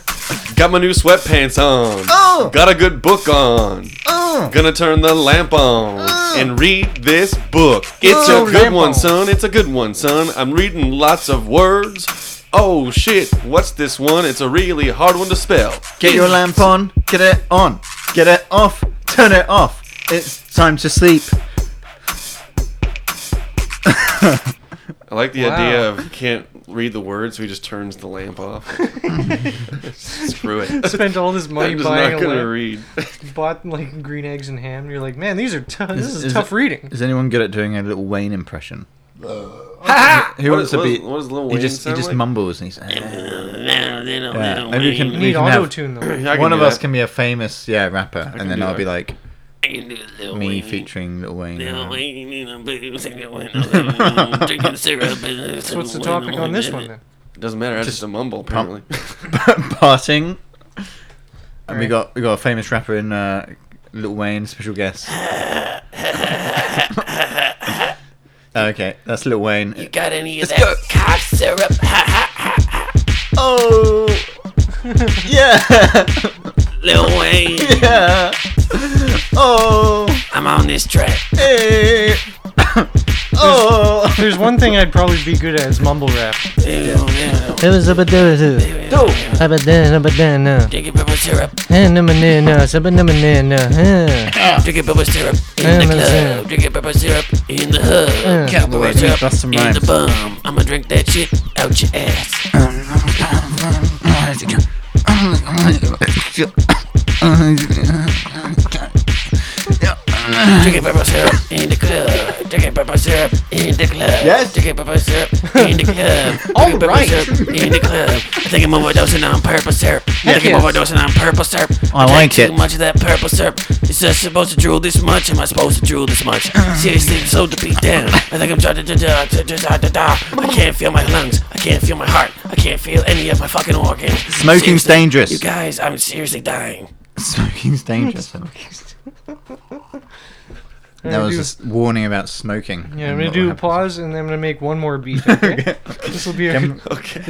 Speaker 7: Got my new sweatpants on.
Speaker 4: Oh!
Speaker 7: Got a good book on.
Speaker 4: Oh!
Speaker 7: Gonna turn the lamp on and read this book. It's
Speaker 5: Oh,
Speaker 7: a good
Speaker 5: lamp
Speaker 7: one,
Speaker 5: on.
Speaker 7: son. It's a good one, son. I'm reading lots of words. Oh shit, what's this one? It's a really hard one to spell.
Speaker 4: Get your lamp on. Get it on. Get it off. Turn it off. It's time to sleep.
Speaker 7: I like the
Speaker 5: Wow.
Speaker 7: idea of he can't read the words, so he just turns the lamp off. Screw it.
Speaker 5: Spent all this money
Speaker 7: I'm just
Speaker 5: buying
Speaker 7: not
Speaker 5: a
Speaker 7: gonna
Speaker 5: lamp.
Speaker 7: read.
Speaker 5: Bought like green eggs and ham. You're like, man, these are tough. This is,
Speaker 4: is
Speaker 5: tough
Speaker 4: it-
Speaker 5: reading.
Speaker 4: Is anyone good at doing a little Wayne impression? Who
Speaker 7: What
Speaker 4: wants
Speaker 7: is-
Speaker 4: to
Speaker 7: what
Speaker 4: be?
Speaker 7: is- what does Lil
Speaker 4: he
Speaker 7: Wayne
Speaker 4: just he
Speaker 7: sound
Speaker 4: just
Speaker 7: like?
Speaker 4: mumbles and he's. yeah, maybe we can,
Speaker 5: You
Speaker 4: we
Speaker 5: need
Speaker 4: can have-
Speaker 5: auto tune though.
Speaker 7: I can
Speaker 4: One
Speaker 7: do
Speaker 4: of us
Speaker 7: that.
Speaker 4: can be a famous yeah rapper, and then
Speaker 7: do
Speaker 4: I'll
Speaker 7: that.
Speaker 4: be like me featuring Little Wayne. uh,
Speaker 5: So what's the topic on this one then?
Speaker 7: Doesn't matter. That's just a mumble, apparently.
Speaker 4: parting. And we
Speaker 5: Alright.
Speaker 4: got we got a famous rapper in uh, Little Wayne, special guest. Oh, okay, that's Little Wayne. You got any of that cough syrup? oh, yeah,
Speaker 6: Lil Wayne,
Speaker 4: yeah. Oh,
Speaker 6: I'm on this track.
Speaker 4: hey.
Speaker 5: there's,
Speaker 4: Oh!
Speaker 5: there's one thing I'd probably be good at is mumble rap. It was a banana.
Speaker 12: Drink it bubble syrup. Drink it bubble syrup in the club. Drink it bubble syrup in the
Speaker 5: Yeah.
Speaker 12: hub. Cowboy
Speaker 5: Wait, let me
Speaker 12: syrup
Speaker 5: bust some
Speaker 12: in the
Speaker 5: rhymes.
Speaker 12: bum. I'ma drink that shit out your ass. Drink it bubble syrup in the club. Drink it bubble syrup in the club.
Speaker 6: Yes.
Speaker 12: Drink it bubble syrup in the club. Drink
Speaker 6: All
Speaker 12: it bubble
Speaker 6: right.
Speaker 12: syrup in the club. I think I'm overdosing on purple syrup. I think
Speaker 6: Yes.
Speaker 12: I'm overdosing on purple syrup.
Speaker 4: I
Speaker 12: drank
Speaker 4: like
Speaker 12: too
Speaker 4: it.
Speaker 12: much much of that purple syrup. Is that supposed to drool this much? Am I supposed to drool this much?
Speaker 4: Mm.
Speaker 12: Seriously, I'm so beat down. I think I'm trying to da da da da da da da. I can't feel my lungs. I can't feel my heart. I can't feel any of my fucking organs.
Speaker 4: Smoking's
Speaker 12: Seriously,
Speaker 4: dangerous.
Speaker 12: You guys, I'm seriously dying.
Speaker 4: Smoking's dangerous.
Speaker 5: I'm
Speaker 4: That
Speaker 5: gonna
Speaker 4: was
Speaker 5: do-
Speaker 4: just warning about smoking.
Speaker 5: Yeah, I'm
Speaker 4: and
Speaker 5: gonna
Speaker 4: what
Speaker 5: do a
Speaker 4: happened.
Speaker 5: pause and then I'm gonna make one more beat. Okay? This will be a,
Speaker 4: Can-
Speaker 5: the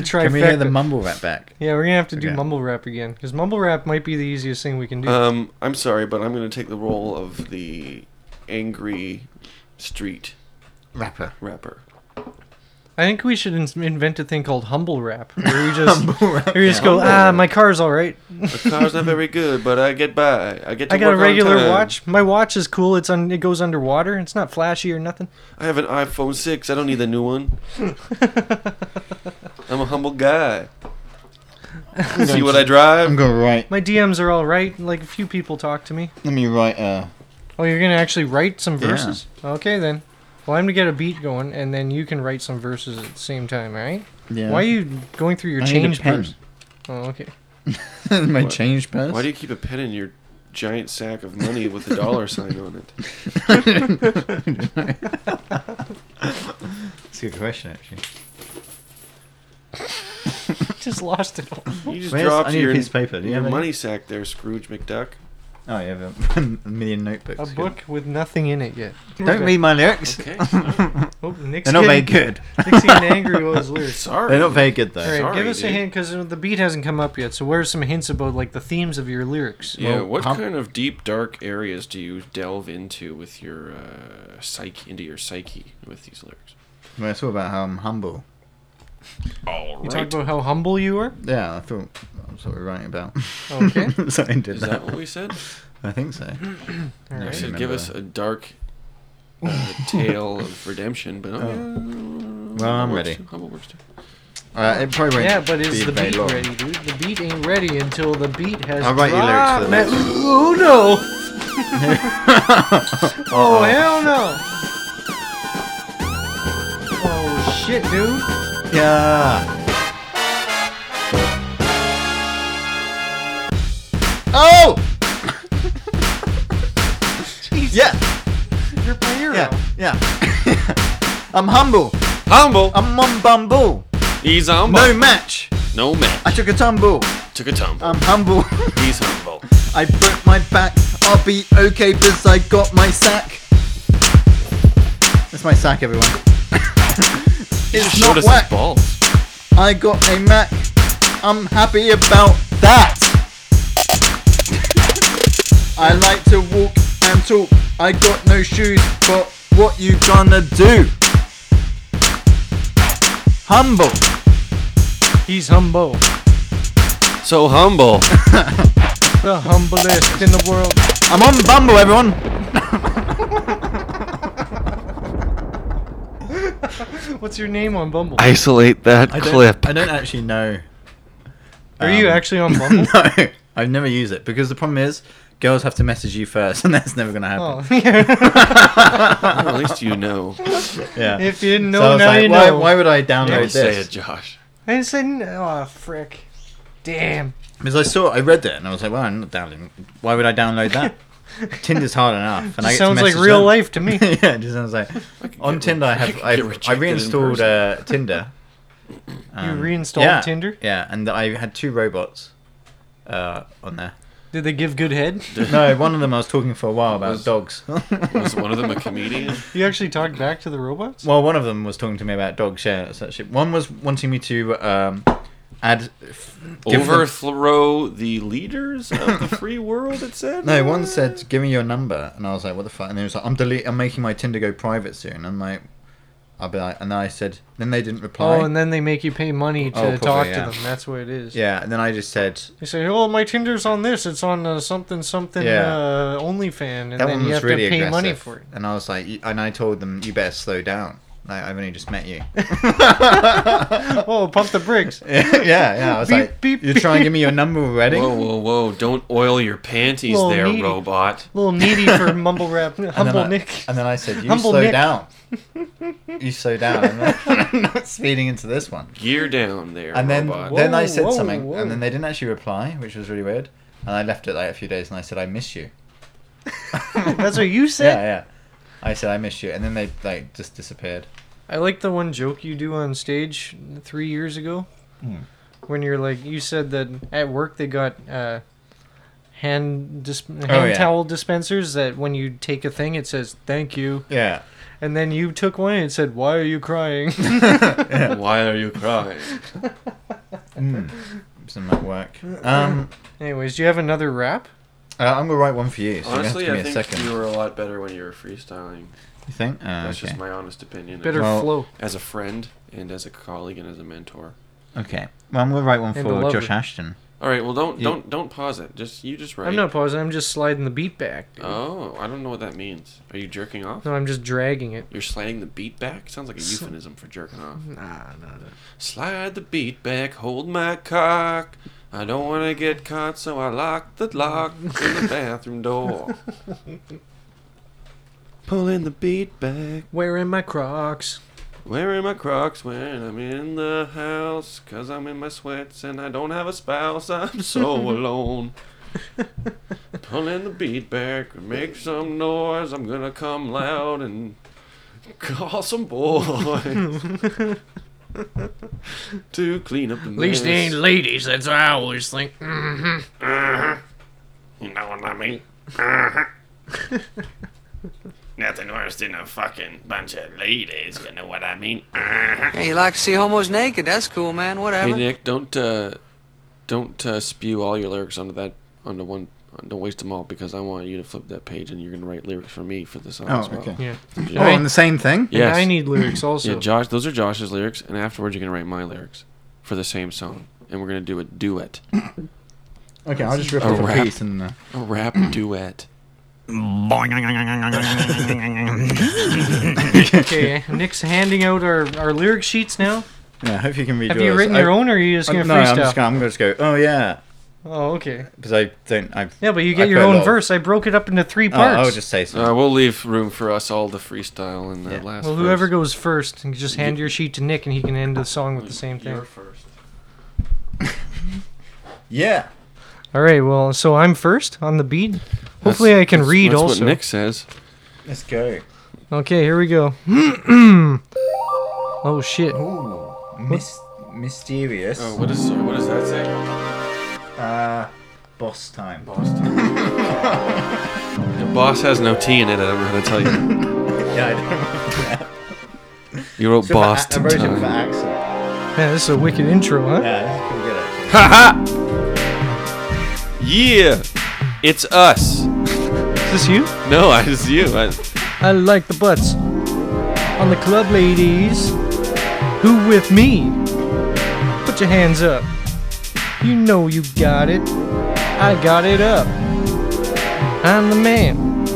Speaker 5: trifecta.
Speaker 4: can we hear the mumble rap back?
Speaker 5: Yeah, we're gonna have to do
Speaker 7: Okay.
Speaker 5: mumble rap again because mumble rap might be the easiest thing we can do.
Speaker 7: Um, I'm sorry, but I'm going to take the role of the angry street
Speaker 4: rapper.
Speaker 7: Rapper.
Speaker 5: I think we should in- invent a thing called humble rap, where we just,
Speaker 7: Humble rap,
Speaker 5: where we just
Speaker 7: yeah.
Speaker 5: go,
Speaker 7: Humble
Speaker 5: ah,
Speaker 7: rap."
Speaker 5: my car's all right.
Speaker 7: My car's not very good, but I get by. I get. To
Speaker 5: I got a
Speaker 7: work on
Speaker 5: regular
Speaker 7: time.
Speaker 5: watch. My watch is cool. It's un- it goes underwater. It's not flashy or nothing.
Speaker 7: I have an iPhone six. I don't need a new one. I'm a humble guy. See what I drive.
Speaker 4: I'm gonna write.
Speaker 5: My DMs are all right. Like a few people talk to me.
Speaker 4: Let me write uh, a.
Speaker 5: Oh, you're gonna actually write some
Speaker 4: Yeah.
Speaker 5: verses? Okay then. Well, I'm gonna get a beat going, and then you can write some verses at the same time, all right?
Speaker 4: Yeah.
Speaker 5: Why are you going through your
Speaker 4: I need a
Speaker 5: change
Speaker 4: pen.
Speaker 5: purse? Oh, okay.
Speaker 4: my
Speaker 7: Why-
Speaker 4: change purse.
Speaker 7: Why do you keep a pen in your giant sack of money with a dollar sign on it?
Speaker 4: That's a good question, actually.
Speaker 5: Just lost it all.
Speaker 7: You just
Speaker 4: Where's- I
Speaker 7: dropped
Speaker 4: need a
Speaker 7: your,
Speaker 4: piece of paper. Do you
Speaker 7: your
Speaker 4: have any?
Speaker 7: money sack there, Scrooge McDuck.
Speaker 4: Oh, you have a, a million notebooks.
Speaker 5: A book with nothing in it yet.
Speaker 4: Don't read my lyrics.
Speaker 5: Okay.
Speaker 4: oh,
Speaker 5: oh, Nick's
Speaker 4: They're not very
Speaker 5: getting-
Speaker 4: good.
Speaker 5: Nick's getting angry with his lyrics.
Speaker 4: Sorry. They're not very good though.
Speaker 5: All right, give us a hint because the beat hasn't come up yet. So, where's some hints about like the themes of your lyrics?
Speaker 7: Yeah, what kind of deep, dark areas do you delve into with your uh, psyche, into your psyche with these lyrics?
Speaker 4: Well, it's all about how I'm humble.
Speaker 7: All
Speaker 5: You talked about how humble you are.
Speaker 4: Yeah, I thought that's what we were writing about.
Speaker 5: Okay.
Speaker 4: so I did
Speaker 7: Is that what we said?
Speaker 4: I think so.
Speaker 5: All
Speaker 7: You
Speaker 5: right.
Speaker 7: said give us a dark uh, tale of redemption, but oh,
Speaker 4: Well,
Speaker 7: works
Speaker 4: I'm Oh, ready.
Speaker 7: too, Hubble works too.
Speaker 4: Uh, it probably won't
Speaker 5: Yeah, but
Speaker 4: be
Speaker 5: is the
Speaker 4: very
Speaker 5: beat
Speaker 4: long.
Speaker 5: ready, dude? The beat ain't ready until the beat has.
Speaker 4: I'll write you lyrics for
Speaker 5: dropped.
Speaker 4: this.
Speaker 5: Oh no! Oh
Speaker 4: Uh-oh.
Speaker 5: hell no! Oh shit, dude!
Speaker 4: Yeah. Oh! Yeah.
Speaker 5: You're my hero.
Speaker 4: Yeah. Yeah. I'm humble.
Speaker 7: Humble.
Speaker 4: I'm mum bumble.
Speaker 7: He's humble.
Speaker 4: Um, No match.
Speaker 7: No man
Speaker 4: I Uh, took a tumble.
Speaker 7: took a tumble.
Speaker 4: I'm humble.
Speaker 7: He's humble.
Speaker 4: I broke my back. I'll be okay because I got my sack. That's my sack, everyone. it's
Speaker 7: Showed
Speaker 4: not
Speaker 7: us
Speaker 4: whack.
Speaker 7: his balls.
Speaker 4: I got a Mac. I'm happy about that. I like to walk and talk. I got no shoes, but what you gonna do? Humble.
Speaker 5: He's humble,
Speaker 2: So humble.
Speaker 5: the humblest in the world.
Speaker 4: I'm on Bumble, everyone.
Speaker 5: What's your name on Bumble?
Speaker 2: Isolate that clip.
Speaker 4: I don't actually know.
Speaker 5: Are you
Speaker 4: um,
Speaker 5: actually on Bumble?
Speaker 4: no, I've never used it because the problem is girls have to message you first, and that's never gonna
Speaker 5: Oh,
Speaker 4: happen. Oh.
Speaker 7: Well, at least you know.
Speaker 4: Yeah.
Speaker 5: If you didn't
Speaker 4: So
Speaker 5: know,
Speaker 4: I was
Speaker 5: now
Speaker 4: like,
Speaker 5: you
Speaker 4: why,
Speaker 5: know.
Speaker 4: Why would I download
Speaker 7: Don't
Speaker 4: this?
Speaker 7: say it, Josh.
Speaker 5: I just said, oh frick, damn.
Speaker 4: Because I saw, I read it, and I was like, "Well, I'm not downloading. Why would I download that? Tinder's hard enough." And I
Speaker 5: Just
Speaker 4: get
Speaker 5: sounds like
Speaker 4: message
Speaker 5: real
Speaker 4: them.
Speaker 5: life to me.
Speaker 4: yeah, it just sounds like on Tinder. I have I, I
Speaker 7: rejected in
Speaker 4: reinstalled
Speaker 7: person.
Speaker 4: uh, Tinder.
Speaker 5: you
Speaker 4: Um,
Speaker 5: reinstalled
Speaker 4: yeah,
Speaker 5: Tinder?
Speaker 4: Yeah, and I had two robots uh, on there.
Speaker 5: Did they give good head?
Speaker 4: no, one of them I was talking for a while about dogs.
Speaker 7: Was one of them a comedian?
Speaker 5: You actually talked back to the robots?
Speaker 4: Well, one of them was talking to me about dogs. Yeah, that's actually one was wanting me to um, add f- give them-
Speaker 7: Overthrow the leaders of the free world. It said.
Speaker 4: No, one said, "Give me your number," and I was like, "What the fuck?" And he was like, "I'm delete. I'm making my Tinder go private soon." I'm like, I'll be like, and then I said, then they didn't reply.
Speaker 5: Oh, and then they make you pay money to
Speaker 4: Oh, probably,
Speaker 5: talk
Speaker 4: yeah.
Speaker 5: to them. That's what it is.
Speaker 4: yeah, and then I just said,
Speaker 5: They say, "Oh, my Tinder's on this. It's on uh, something something
Speaker 4: Yeah.
Speaker 5: uh, OnlyFan," and
Speaker 4: that
Speaker 5: then
Speaker 4: one
Speaker 5: you
Speaker 4: was
Speaker 5: have
Speaker 4: really
Speaker 5: to pay
Speaker 4: aggressive.
Speaker 5: money for it.
Speaker 4: And I was like, and I told them, you better slow down. Like, I've only just met you.
Speaker 5: oh, pump the brakes.
Speaker 4: yeah, yeah. I was
Speaker 5: Beep,
Speaker 4: like,
Speaker 5: beep,
Speaker 4: you're trying to
Speaker 5: beep.
Speaker 4: give me your number already?
Speaker 2: Whoa, whoa, whoa! Don't oil your panties,
Speaker 5: Little
Speaker 2: there,
Speaker 5: needy.
Speaker 2: robot.
Speaker 5: little needy for mumble rap.
Speaker 4: And then
Speaker 5: Humble
Speaker 4: I-
Speaker 5: Nick.
Speaker 4: And then I said, you
Speaker 5: Humble
Speaker 4: slow
Speaker 5: Nick."
Speaker 4: down. You slow down. I'm not, I'm not speeding into this one.
Speaker 2: Gear down, there,
Speaker 4: And then,
Speaker 2: robot.
Speaker 4: then I said
Speaker 5: Whoa,
Speaker 4: something,
Speaker 5: whoa.
Speaker 4: and then they didn't actually reply, which was really weird. And I left it like a few days, and I said, I miss you.
Speaker 5: That's what you
Speaker 4: Yeah,
Speaker 5: said.
Speaker 4: yeah. I said, I miss you. And then they like just disappeared.
Speaker 5: I like the one joke you do on stage three years ago,
Speaker 4: Hmm.
Speaker 5: when you're like, you said that at work they got uh, hand dis- hand
Speaker 4: Oh, yeah.
Speaker 5: towel dispensers that when you take a thing it says thank you,
Speaker 4: Yeah.
Speaker 5: and then you took one and it said why are you crying?
Speaker 2: Why are you crying?
Speaker 4: Hmm. Some at work. Um,
Speaker 5: Anyways, do you have another rap?
Speaker 4: uh, I'm gonna write one for you. So
Speaker 7: Honestly,
Speaker 4: you have to
Speaker 7: I
Speaker 4: give me a
Speaker 7: think
Speaker 4: second.
Speaker 7: you were a lot better when you were freestyling.
Speaker 4: You think? Uh,
Speaker 7: That's
Speaker 4: okay.
Speaker 7: just my honest opinion.
Speaker 5: Better
Speaker 4: Well-
Speaker 5: flow.
Speaker 7: As a friend and as a colleague and as a mentor.
Speaker 4: Okay. Well, I'm gonna write one
Speaker 5: And a
Speaker 4: for
Speaker 5: lover.
Speaker 4: Josh Ashton.
Speaker 7: All right. Well, don't
Speaker 4: You-
Speaker 7: don't don't pause it. Just you just write.
Speaker 5: I'm not pausing. I'm just sliding the beat back. dude.
Speaker 7: Oh, I don't know what that means. Are you jerking off?
Speaker 5: No, I'm just dragging it.
Speaker 7: You're sliding the beat back. Sounds like a euphemism for jerking off.
Speaker 5: Nah, nah, nah.
Speaker 7: Slide the beat back, hold my cock. I don't want to get caught, so I lock the lock in the bathroom door. Pulling the beat back,
Speaker 5: Wearing my Crocs.
Speaker 7: wearing my Crocs when I'm in the house, cause I'm in my sweats and I don't have a spouse. I'm so alone. Pulling the beat back, make some noise. I'm gonna come loud and call some boys to clean up the mess.
Speaker 5: ladies. That's what I always think. Mm.
Speaker 7: You know what I mean? Nothing worse than a fucking bunch of ladies, you know what I mean?
Speaker 13: Hey, you like to see homos naked? That's cool, man.
Speaker 7: Hey
Speaker 13: Whatever.
Speaker 7: Nick, don't uh, don't uh, spew all your lyrics onto that onto one. Don't waste them all because I want you to flip that page and you're gonna write lyrics for me for the song.
Speaker 4: Oh,
Speaker 7: as well.
Speaker 4: okay.
Speaker 5: Yeah.
Speaker 4: Oh, on the same thing.
Speaker 5: Yeah. I need lyrics also.
Speaker 7: Yeah, Josh, those are Josh's lyrics, and afterwards you're gonna write my lyrics for the same song, and we're gonna do a duet,
Speaker 4: Okay, I'll just rip
Speaker 7: A
Speaker 4: off
Speaker 7: rap.
Speaker 4: a piece and. Uh,
Speaker 7: a rap duet.
Speaker 5: okay, Nick's handing out our, our lyric sheets now.
Speaker 4: yeah, I hope you can read.
Speaker 5: Have you
Speaker 4: yours.
Speaker 5: written
Speaker 4: I-
Speaker 5: your own, or are you just
Speaker 4: I-
Speaker 5: gonna
Speaker 4: no, I'm
Speaker 5: freestyle?
Speaker 4: just gonna, I'm gonna just go. Oh yeah,
Speaker 5: Oh, okay.
Speaker 4: because I don't. I
Speaker 5: Yeah, but you
Speaker 4: I
Speaker 5: get your
Speaker 4: put a lot
Speaker 5: own
Speaker 4: of-
Speaker 5: verse. I broke it up into three
Speaker 4: Oh, I
Speaker 5: parts.
Speaker 4: would just say something.
Speaker 7: Uh, we'll leave room for us all to freestyle in the
Speaker 4: Yeah.
Speaker 7: last.
Speaker 5: well, whoever
Speaker 7: verse.
Speaker 5: goes first, and just hand your sheet to Nick, and he can end the song with the same thing.
Speaker 7: You're first.
Speaker 4: yeah.
Speaker 5: All right. Well, so I'm first on the beat. Hopefully, I can
Speaker 7: That's-
Speaker 5: read
Speaker 7: that's
Speaker 5: also.
Speaker 7: what Nick says.
Speaker 4: Let's go.
Speaker 5: Okay, here we go. oh shit.
Speaker 4: Ooh, mis- mysterious.
Speaker 7: Oh, what is what does that say?
Speaker 4: Uh, boss time.
Speaker 7: Your boss has no T in it. I don't know how to tell you.
Speaker 4: Yeah, I don't.
Speaker 7: You wrote
Speaker 4: So
Speaker 7: boss
Speaker 4: I, I wrote it with an
Speaker 7: time.
Speaker 4: accent.
Speaker 5: Man, this is a wicked intro, huh?
Speaker 4: Yeah, this is pretty good actually.
Speaker 2: Ha ha! Yeah, it's us.
Speaker 5: Is this you?
Speaker 2: No, I it's you. I,
Speaker 5: I like the butts on the club, ladies. Who with me? Put your hands up. You know you got it. I got it up. I'm the man.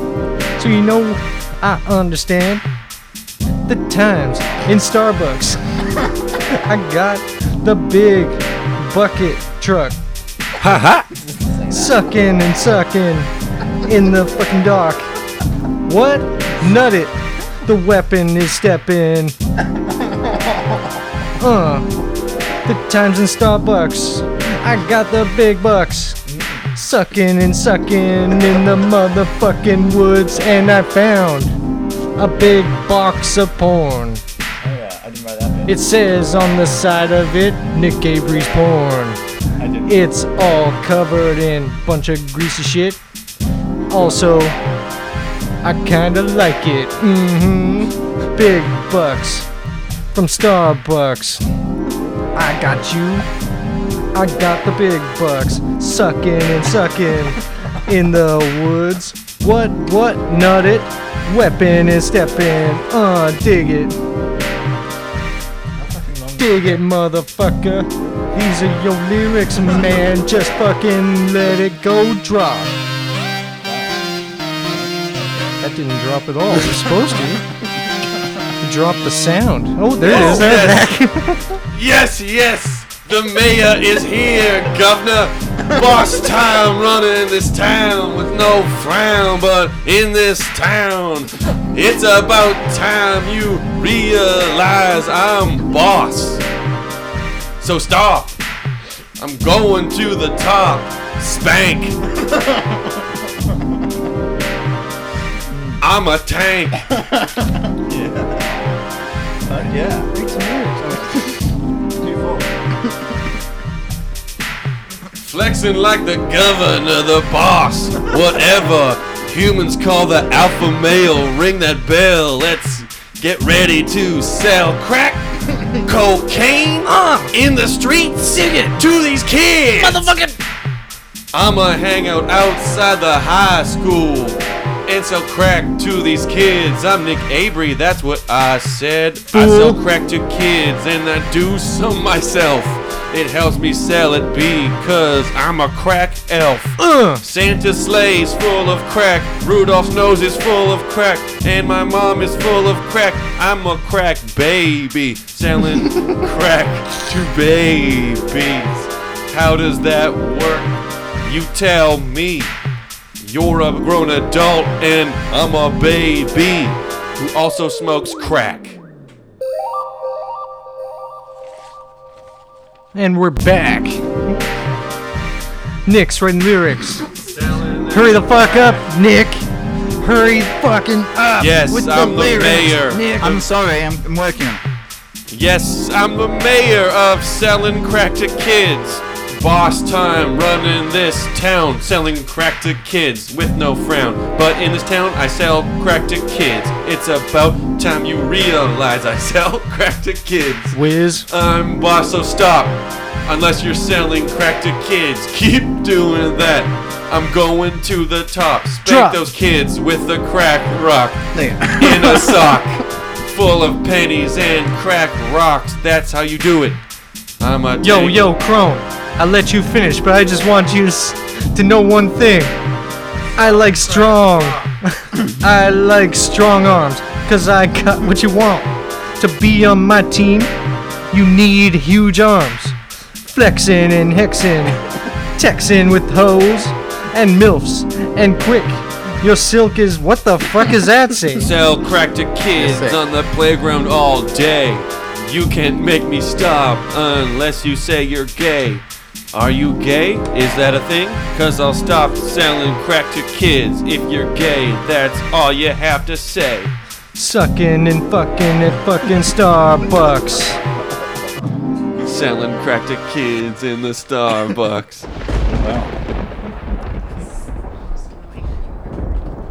Speaker 5: So you know I understand the times in Starbucks. I got the big bucket truck. Ha ha! Sucking and sucking in the fucking dark. What? Nut it. The weapon is stepping. Uh. The times in Starbucks. I got the big bucks. Sucking and sucking in the motherfucking woods, and I found a big box of porn.
Speaker 4: Oh yeah, I didn't write that.
Speaker 5: It says on the side of it, Nick Avery's porn.
Speaker 4: Bit. I didn't.
Speaker 5: It's all covered in bunch of greasy shit. Also, I kinda like it. Mm-hmm. Big bucks from Starbucks. I got you. I got the big bucks. Sucking and sucking in the woods. What what nut it? Weapon is stepping. Uh dig it. dig it, motherfucker. These are your lyrics, man. Just fucking let it go drop. That didn't drop at all. It was supposed to. It dropped the sound. Oh, there it is. There
Speaker 7: Yes. yes, yes. The mayor is here, governor. Boss time running this town with no frown, but in this town, it's about time you realize I'm boss. So stop. I'm going to the top. Spank. I'm a tank.
Speaker 4: yeah.
Speaker 5: Read some
Speaker 7: Flexing like the governor, the boss, whatever. Humans call the alpha male. Ring that bell. Let's get ready to sell crack, cocaine uh, in the street. Sing it to these kids. Motherfucking. I'ma hang out outside the high school and sell crack to these kids. I'm Nick Avery. That's what I said. I sell crack to kids and I do some myself. It helps me sell it because I'm a crack elf. Santa's sleigh's full of crack. Rudolph's nose is full of crack. And my mom is full of crack. I'm a crack baby. Selling crack to babies. How does that work? You tell me. You're a grown adult and I'm a baby who also smokes crack.
Speaker 5: And we're back. Nick's writing lyrics. Hurry the fuck up, Nick. Hurry fucking up.
Speaker 7: Yes,
Speaker 5: with
Speaker 7: I'm the
Speaker 5: the lyrics,
Speaker 7: mayor.
Speaker 5: Nick.
Speaker 4: I'm sorry, I'm, I'm working on it.
Speaker 7: Yes, I'm the mayor of selling crack to kids. Boss time running this town, selling crack to kids with no frown. But in this town, I sell crack to kids. It's about time you realize I sell crack to kids.
Speaker 5: Whiz.
Speaker 7: I'm boss, Um, so stop. Unless you're selling crack to kids, keep doing that. I'm going to the top. Spank
Speaker 5: Drop.
Speaker 7: those kids with the crack rock in a sock full of pennies and crack rocks. That's how you do it. I'm a
Speaker 5: Yo,
Speaker 7: tank.
Speaker 5: yo, Crone. I let you finish, but I just want you s- to know one thing. I like strong. I like strong arms, cause I got what you want. To be on my team, you need huge arms. Flexin' and hexin', texin' with hoes and milfs and quick. Your silk is what the fuck is that say?
Speaker 7: Sell crack to kids on the playground all day. You can't make me stop unless you say you're gay. Are you gay? Is that a thing? Cause I'll stop selling crack to kids if you're gay. That's all you have to say.
Speaker 5: Suckin' and fucking at fucking Starbucks.
Speaker 7: Selling crack to kids in the Starbucks.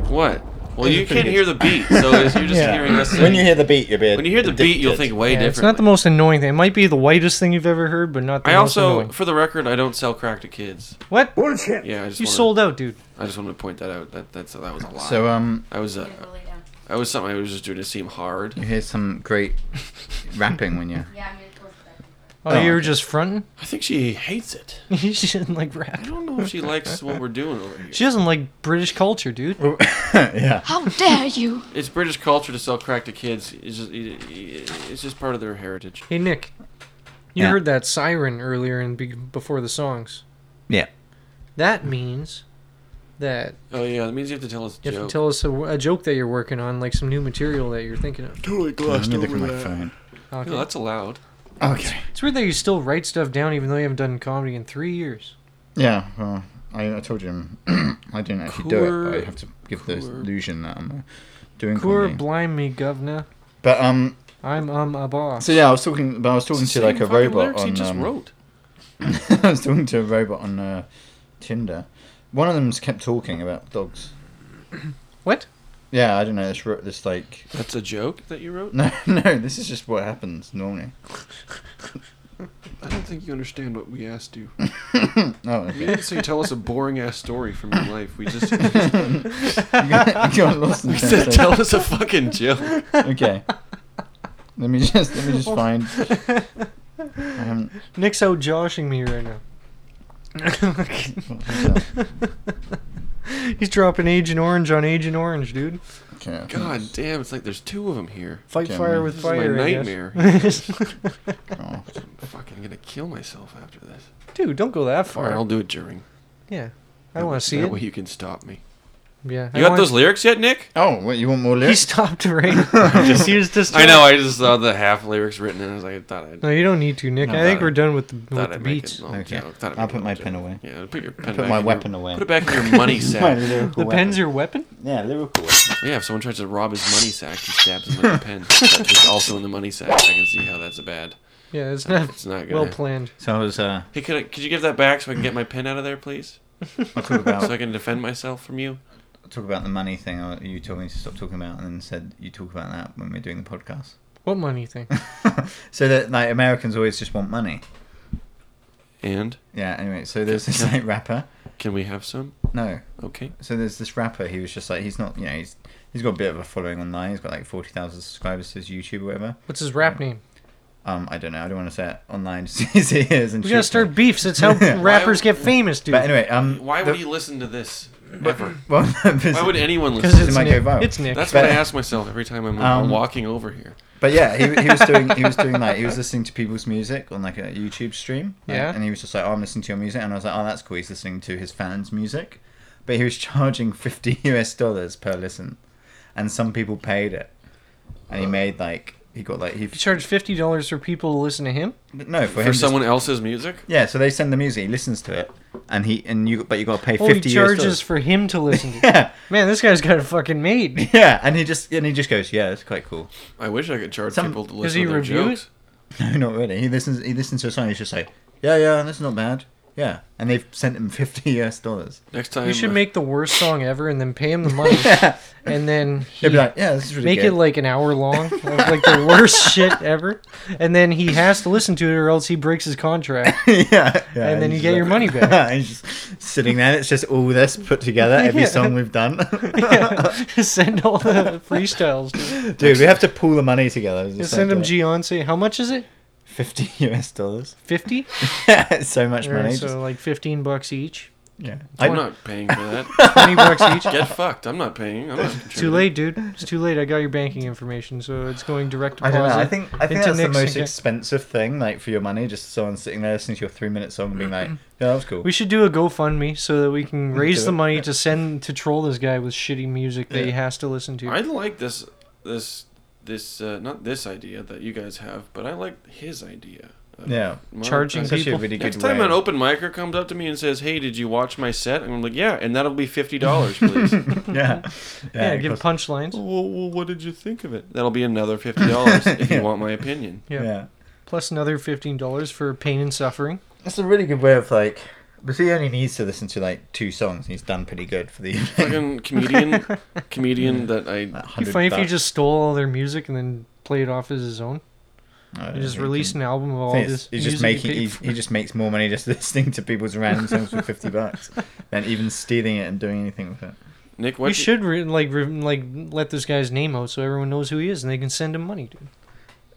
Speaker 7: What? Well,
Speaker 4: It
Speaker 7: you
Speaker 4: was pretty
Speaker 7: can't
Speaker 4: good.
Speaker 7: hear the beat, so it's- you're just
Speaker 4: Yeah.
Speaker 7: hearing us.
Speaker 4: When
Speaker 7: sing.
Speaker 4: you hear the beat, you'll be
Speaker 7: When you hear the beat, you'll think way
Speaker 5: Yeah,
Speaker 7: different.
Speaker 5: it's not the most annoying thing. It might be the whitest thing you've ever heard, but not the
Speaker 7: I
Speaker 5: most
Speaker 7: also,
Speaker 5: annoying.
Speaker 7: for the record, I don't sell crack to kids.
Speaker 5: What?
Speaker 7: Bullshit. Yeah, I just
Speaker 5: You
Speaker 7: wanted-
Speaker 5: sold out, dude.
Speaker 7: I just wanted to point that out. That that's that was a lie.
Speaker 4: So, um,
Speaker 7: I was uh, I was something I was just doing to seem hard.
Speaker 4: You hear some great rapping when you.
Speaker 5: Oh,
Speaker 4: Oh,
Speaker 5: you were
Speaker 4: okay.
Speaker 5: just fronting?
Speaker 7: I think she hates it.
Speaker 5: she doesn't like rap.
Speaker 7: I don't know if she likes what we're doing over here.
Speaker 5: She doesn't like British culture, dude.
Speaker 4: Oh. yeah.
Speaker 14: How dare you?
Speaker 7: It's British culture to sell crack to kids. It's just it- it- it's just part of their heritage.
Speaker 5: Hey, Nick. You
Speaker 4: Yeah.
Speaker 5: heard that siren earlier and be- before the songs.
Speaker 4: Yeah.
Speaker 5: That means that
Speaker 7: Oh yeah, that means you have to tell us a
Speaker 5: you have
Speaker 7: joke.
Speaker 5: to tell us a, a joke that you're working on, like some new material that you're thinking of.
Speaker 7: Totally glossed
Speaker 4: Let me look at my phone.
Speaker 5: Okay.
Speaker 7: No, that's allowed.
Speaker 4: Okay.
Speaker 5: It's weird that you still write stuff down even though you haven't done comedy in three years.
Speaker 4: Yeah, well, I, I told you I didn't actually do it, but
Speaker 5: Coor-
Speaker 4: I have to give the illusion that I'm uh, doing
Speaker 5: Coor
Speaker 4: comedy.
Speaker 5: blind me, governor.
Speaker 4: But, um,
Speaker 5: I'm um a boss.
Speaker 4: so yeah, I was talking, but I was talking to like a robot on.
Speaker 7: He just
Speaker 4: um,
Speaker 7: wrote.
Speaker 4: I was talking to a robot on uh, Tinder. One of them's kept talking about dogs.
Speaker 5: What?
Speaker 4: Yeah, I don't know. This ro- this like
Speaker 7: That's a joke that you wrote.
Speaker 4: no no. This is just what happens normally.
Speaker 7: I don't think you understand what we asked you.
Speaker 4: oh,
Speaker 7: You
Speaker 4: okay.
Speaker 7: didn't say tell us a boring ass story from your life. We just
Speaker 4: You got- you got lost in
Speaker 7: we said
Speaker 4: translation.
Speaker 7: tell us a fucking joke.
Speaker 4: okay. Let me just let me just find haven't-
Speaker 5: Nick's out joshing me right now. He's dropping Agent Orange on Agent Orange, dude.
Speaker 7: God damn, it's like there's two of them here.
Speaker 5: Fight Damn fire me. with
Speaker 7: This is
Speaker 5: fire,
Speaker 7: my
Speaker 5: I guess.
Speaker 7: nightmare. I'm fucking gonna kill myself after this.
Speaker 5: Dude, don't go that far.
Speaker 7: Alright, I'll do it during.
Speaker 5: Yeah. I want to see
Speaker 7: that
Speaker 5: it.
Speaker 7: way you can stop me.
Speaker 5: Yeah.
Speaker 2: You got those lyrics yet, Nick?
Speaker 4: Oh, what you want more
Speaker 5: He stopped right. just he was
Speaker 2: I
Speaker 5: distracted.
Speaker 2: know. I just saw the half lyrics written, and I was like, I thought I'd.
Speaker 5: No, you don't need to, Nick.
Speaker 2: No,
Speaker 5: I think
Speaker 2: thought
Speaker 5: we're
Speaker 2: I'd-
Speaker 5: done with the,
Speaker 2: thought
Speaker 5: with the
Speaker 2: I'd make
Speaker 5: beats.
Speaker 2: it
Speaker 7: Oh,
Speaker 2: long joke. Thought I'd make
Speaker 4: I'll
Speaker 2: it
Speaker 4: put
Speaker 2: long
Speaker 4: my
Speaker 2: joke.
Speaker 4: pen away.
Speaker 2: Yeah, put your
Speaker 4: I'll
Speaker 2: pen
Speaker 4: put
Speaker 2: back
Speaker 4: my
Speaker 2: in
Speaker 4: weapon
Speaker 2: your,
Speaker 4: away.
Speaker 2: Put it back in your money sack.
Speaker 4: My lyrical
Speaker 5: The pen's your weapon?
Speaker 4: Yeah, lyrical weapon.
Speaker 7: Yeah, if someone tries to rob his money sack, he stabs him with a pen. That's just also in the money sack. I can see how that's a bad.
Speaker 5: Yeah, it's
Speaker 7: Uh,
Speaker 5: not,
Speaker 7: it's not
Speaker 5: well
Speaker 7: gonna-
Speaker 5: planned.
Speaker 4: So I was uh,
Speaker 7: Hey, could, I, could you give that back so I can get my pen out of there, please?
Speaker 4: talk about
Speaker 7: so I can defend myself from you?
Speaker 4: talk about the money thing uh, you told me to stop talking about, and then said you talk about that when we're doing the podcast.
Speaker 5: What money thing?
Speaker 4: So that like Americans always just want money.
Speaker 7: And
Speaker 4: Yeah. Anyway, so there's this like rapper.
Speaker 7: can we have some?
Speaker 4: No.
Speaker 7: Okay.
Speaker 4: So there's this rapper. He was just like he's not. You know, he's he's got a bit of a following online. He's got like forty thousand subscribers to his YouTube or whatever.
Speaker 5: What's his rap name?
Speaker 4: Um, I don't know. I don't want to say it online. Just as it is. And
Speaker 5: We gotta
Speaker 4: shoot me.
Speaker 5: start beefs. That's how
Speaker 4: Yeah.
Speaker 5: rappers get famous, dude.
Speaker 4: But anyway, um,
Speaker 7: Why
Speaker 4: the-
Speaker 7: would you listen to this? Ever?
Speaker 4: Well,
Speaker 7: Why would anyone
Speaker 5: 'Cause
Speaker 7: listen? to
Speaker 5: it's
Speaker 4: It might
Speaker 5: Nick.
Speaker 4: go viral.
Speaker 5: It's Nick.
Speaker 7: That's
Speaker 4: But-
Speaker 7: what I ask myself every time I'm uh,
Speaker 4: Um,
Speaker 7: walking over here.
Speaker 4: But yeah, he, he was doing he was doing like he was listening to people's music on like a YouTube stream. like,
Speaker 5: Yeah.
Speaker 4: And he was just like, oh, I'm listening to your music, and I was like, oh, that's cool. He's listening to his fans' music, but he was charging fifty US dollars per listen, and some people paid it, and he made like he got like he
Speaker 5: He charged fifty dollars for people to listen to him.
Speaker 4: no for,
Speaker 7: For
Speaker 4: him just-
Speaker 7: someone else's music?
Speaker 4: yeah. So they send the music, he listens to it, and he and you but you got to pay
Speaker 5: Oh,
Speaker 4: fifty
Speaker 5: he
Speaker 4: US
Speaker 5: charges
Speaker 4: dollars.
Speaker 5: for him to listen. to.
Speaker 4: Yeah.
Speaker 5: Man, this guy's got a fucking made.
Speaker 4: Yeah, and he just and he just goes, yeah, that's quite cool.
Speaker 7: I wish I could charge
Speaker 4: Some-
Speaker 7: people to
Speaker 5: Does
Speaker 7: listen
Speaker 5: he
Speaker 7: to their
Speaker 5: review
Speaker 7: jokes.
Speaker 5: it?
Speaker 4: No, not really. He listens. He listens to a song. He's just like, yeah, yeah, that's not bad. Yeah, and they've sent him fifty US dollars.
Speaker 7: Next time,
Speaker 5: We should
Speaker 7: uh,
Speaker 5: make the worst song ever and then pay him the money, and then he
Speaker 4: They'd be like, yeah, this is really
Speaker 5: make
Speaker 4: good.
Speaker 5: it like an hour long, of, like the worst shit ever, and then he has to listen to it or else he breaks his contract.
Speaker 4: yeah, yeah,
Speaker 5: And then you
Speaker 4: he's
Speaker 5: get
Speaker 4: just
Speaker 5: your money back.
Speaker 4: and he's just sitting there. It's just all this put together. Every
Speaker 5: Yeah.
Speaker 4: song we've done,
Speaker 5: Send all the freestyles. Dude.
Speaker 4: dude. We have to pull the money together. Just
Speaker 5: Just send him
Speaker 4: like, uh,
Speaker 5: Beyonce. How much is it?
Speaker 4: fifty US dollars.
Speaker 5: Fifty.
Speaker 4: it's so much money.
Speaker 5: Alright,
Speaker 4: just-
Speaker 5: so like fifteen bucks each.
Speaker 4: yeah, I,
Speaker 7: I'm not paying for that.
Speaker 5: Twenty bucks each.
Speaker 7: Get fucked. I'm not paying. I'm not
Speaker 5: Too
Speaker 7: contributing.
Speaker 5: late, dude. It's too late. I got your banking information, so it's going direct
Speaker 4: I
Speaker 5: deposit.
Speaker 4: don't know. I think I think
Speaker 5: into
Speaker 4: that's the
Speaker 5: Nick's
Speaker 4: most
Speaker 5: account.
Speaker 4: expensive thing, like for your money. Just someone sitting there listening to your three-minute song and being like, "Yeah, that was cool."
Speaker 5: we should do a GoFundMe so that we can raise
Speaker 4: Do
Speaker 5: the
Speaker 4: it.
Speaker 5: money to send to troll this guy with shitty music that he has to listen to.
Speaker 7: I like this, this, this. Uh, not this idea that you guys have, but I like his idea. of
Speaker 4: yeah,
Speaker 7: monetizing.
Speaker 5: Charging
Speaker 4: Especially
Speaker 5: people.
Speaker 4: a really
Speaker 7: Next
Speaker 4: good
Speaker 7: time
Speaker 4: way.
Speaker 7: an open micer comes up to me and says, "Hey, did you watch my set?" I'm like, "Yeah," and that'll be fifty dollars, please. well,
Speaker 4: yeah,
Speaker 5: yeah,
Speaker 4: it
Speaker 5: give
Speaker 4: costs-
Speaker 5: punchlines.
Speaker 7: well, what did you think of it? That'll be another fifty dollars if you want my opinion.
Speaker 5: Yeah.
Speaker 4: yeah.
Speaker 5: Plus another fifteen dollars for pain and suffering.
Speaker 4: That's a really good way of like. But he only needs to listen to like two songs, and he's done pretty good for the evening.
Speaker 7: Fucking comedian, comedian that I.
Speaker 4: Like
Speaker 5: It'd
Speaker 4: 100
Speaker 5: be funny if you
Speaker 4: bucks.
Speaker 5: just stole all their music and then play it off as his own.
Speaker 4: I don't
Speaker 5: You just
Speaker 4: know,
Speaker 5: release
Speaker 4: he
Speaker 5: an album of all
Speaker 4: can-
Speaker 5: this.
Speaker 4: He's just
Speaker 5: music
Speaker 4: making.
Speaker 5: you
Speaker 4: He,
Speaker 5: paid for.
Speaker 4: he just makes more money just listening to people's random songs for fifty bucks than even stealing it and doing anything with it.
Speaker 7: Nick, what
Speaker 5: We
Speaker 7: do-
Speaker 5: should re- like re- like let this guy's name out so everyone knows who he is and they can send him money, dude.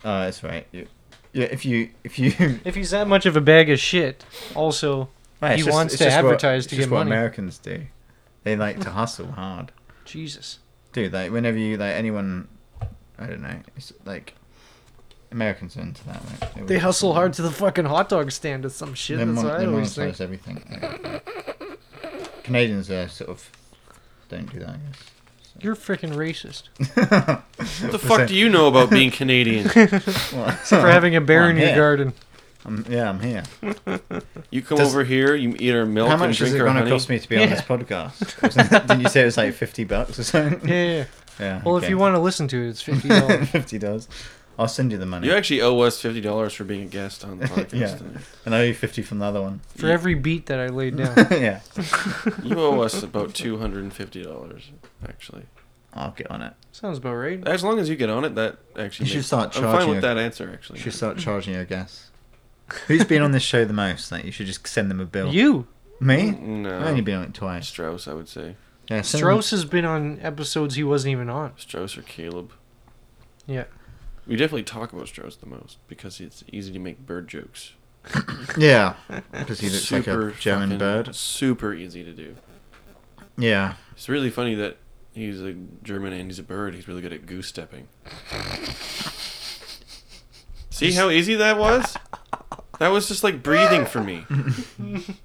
Speaker 4: Oh, that's right. You- yeah, if you if you
Speaker 5: If he's that much of a bag of shit, also
Speaker 4: Right,
Speaker 5: he
Speaker 4: it's just-
Speaker 5: wants
Speaker 4: it's
Speaker 5: to
Speaker 4: just what-
Speaker 5: advertise
Speaker 4: it's
Speaker 5: to
Speaker 4: just
Speaker 5: get
Speaker 4: what
Speaker 5: money.
Speaker 4: Americans do. They like to hustle hard,
Speaker 5: Jesus.
Speaker 4: dude. Like whenever you like anyone, I don't know. It's like Americans are into that. Like, always
Speaker 5: They hustle hard to the fucking hot dog stand or some shit.
Speaker 4: They
Speaker 5: That's
Speaker 4: mon-
Speaker 5: what I
Speaker 4: they
Speaker 5: always
Speaker 4: monetize
Speaker 5: think.
Speaker 4: everything. Yeah, yeah. Canadians are sort of don't do that. I guess.
Speaker 5: You're freaking racist
Speaker 7: What the fuck do you know about being Canadian?
Speaker 5: for having a bear
Speaker 4: I'm
Speaker 5: in your
Speaker 4: here.
Speaker 5: garden.
Speaker 4: I'm, Mm, yeah, I'm here.
Speaker 7: You come
Speaker 4: Does-
Speaker 7: over here, you eat our milk
Speaker 4: How
Speaker 7: and
Speaker 4: much is
Speaker 7: drink
Speaker 4: it
Speaker 7: our
Speaker 4: going to
Speaker 7: honey.
Speaker 4: cost me to be on
Speaker 5: Yeah.
Speaker 4: this podcast? Wasn't it- Didn't you say it was like fifty bucks or something?
Speaker 5: Yeah, yeah, yeah.
Speaker 4: Yeah.
Speaker 5: Well, if
Speaker 4: okay.
Speaker 5: you want to listen to it, it's fifty dollars.
Speaker 4: fifty dollars, I'll send you the money.
Speaker 7: You actually owe us fifty dollars for being a guest on the
Speaker 4: yeah,
Speaker 7: podcast.
Speaker 4: and I owe you fifty from the other one.
Speaker 5: for every beat that I laid down.
Speaker 4: yeah,
Speaker 7: You owe us about two hundred and fifty dollars, actually.
Speaker 4: I'll get on it.
Speaker 5: Sounds about right.
Speaker 7: As long as you get on it, that actually.
Speaker 4: You should
Speaker 7: makes-
Speaker 4: start
Speaker 7: I'm fine
Speaker 4: charging
Speaker 7: with
Speaker 4: a-
Speaker 7: that answer, actually.
Speaker 4: You should start charging your guests. Who's been on this show the most? Like, you should just send them a bill.
Speaker 5: You
Speaker 4: me?
Speaker 7: No.
Speaker 4: I've only been on it twice.
Speaker 7: Strauss, I would say.
Speaker 4: Yeah, send them-
Speaker 5: Strauss has been on episodes he wasn't even on.
Speaker 7: Strauss or Caleb.
Speaker 5: Yeah.
Speaker 7: We definitely talk about Strauss the most because it's easy to make bird jokes.
Speaker 4: Yeah, 'cause he looks like a German
Speaker 7: fucking-
Speaker 4: bird.
Speaker 7: Super easy to do.
Speaker 4: Yeah.
Speaker 7: It's really funny that he's a German and he's a bird. He's really good at goose stepping. See how easy that was? That was just like breathing for me.
Speaker 4: Roasting.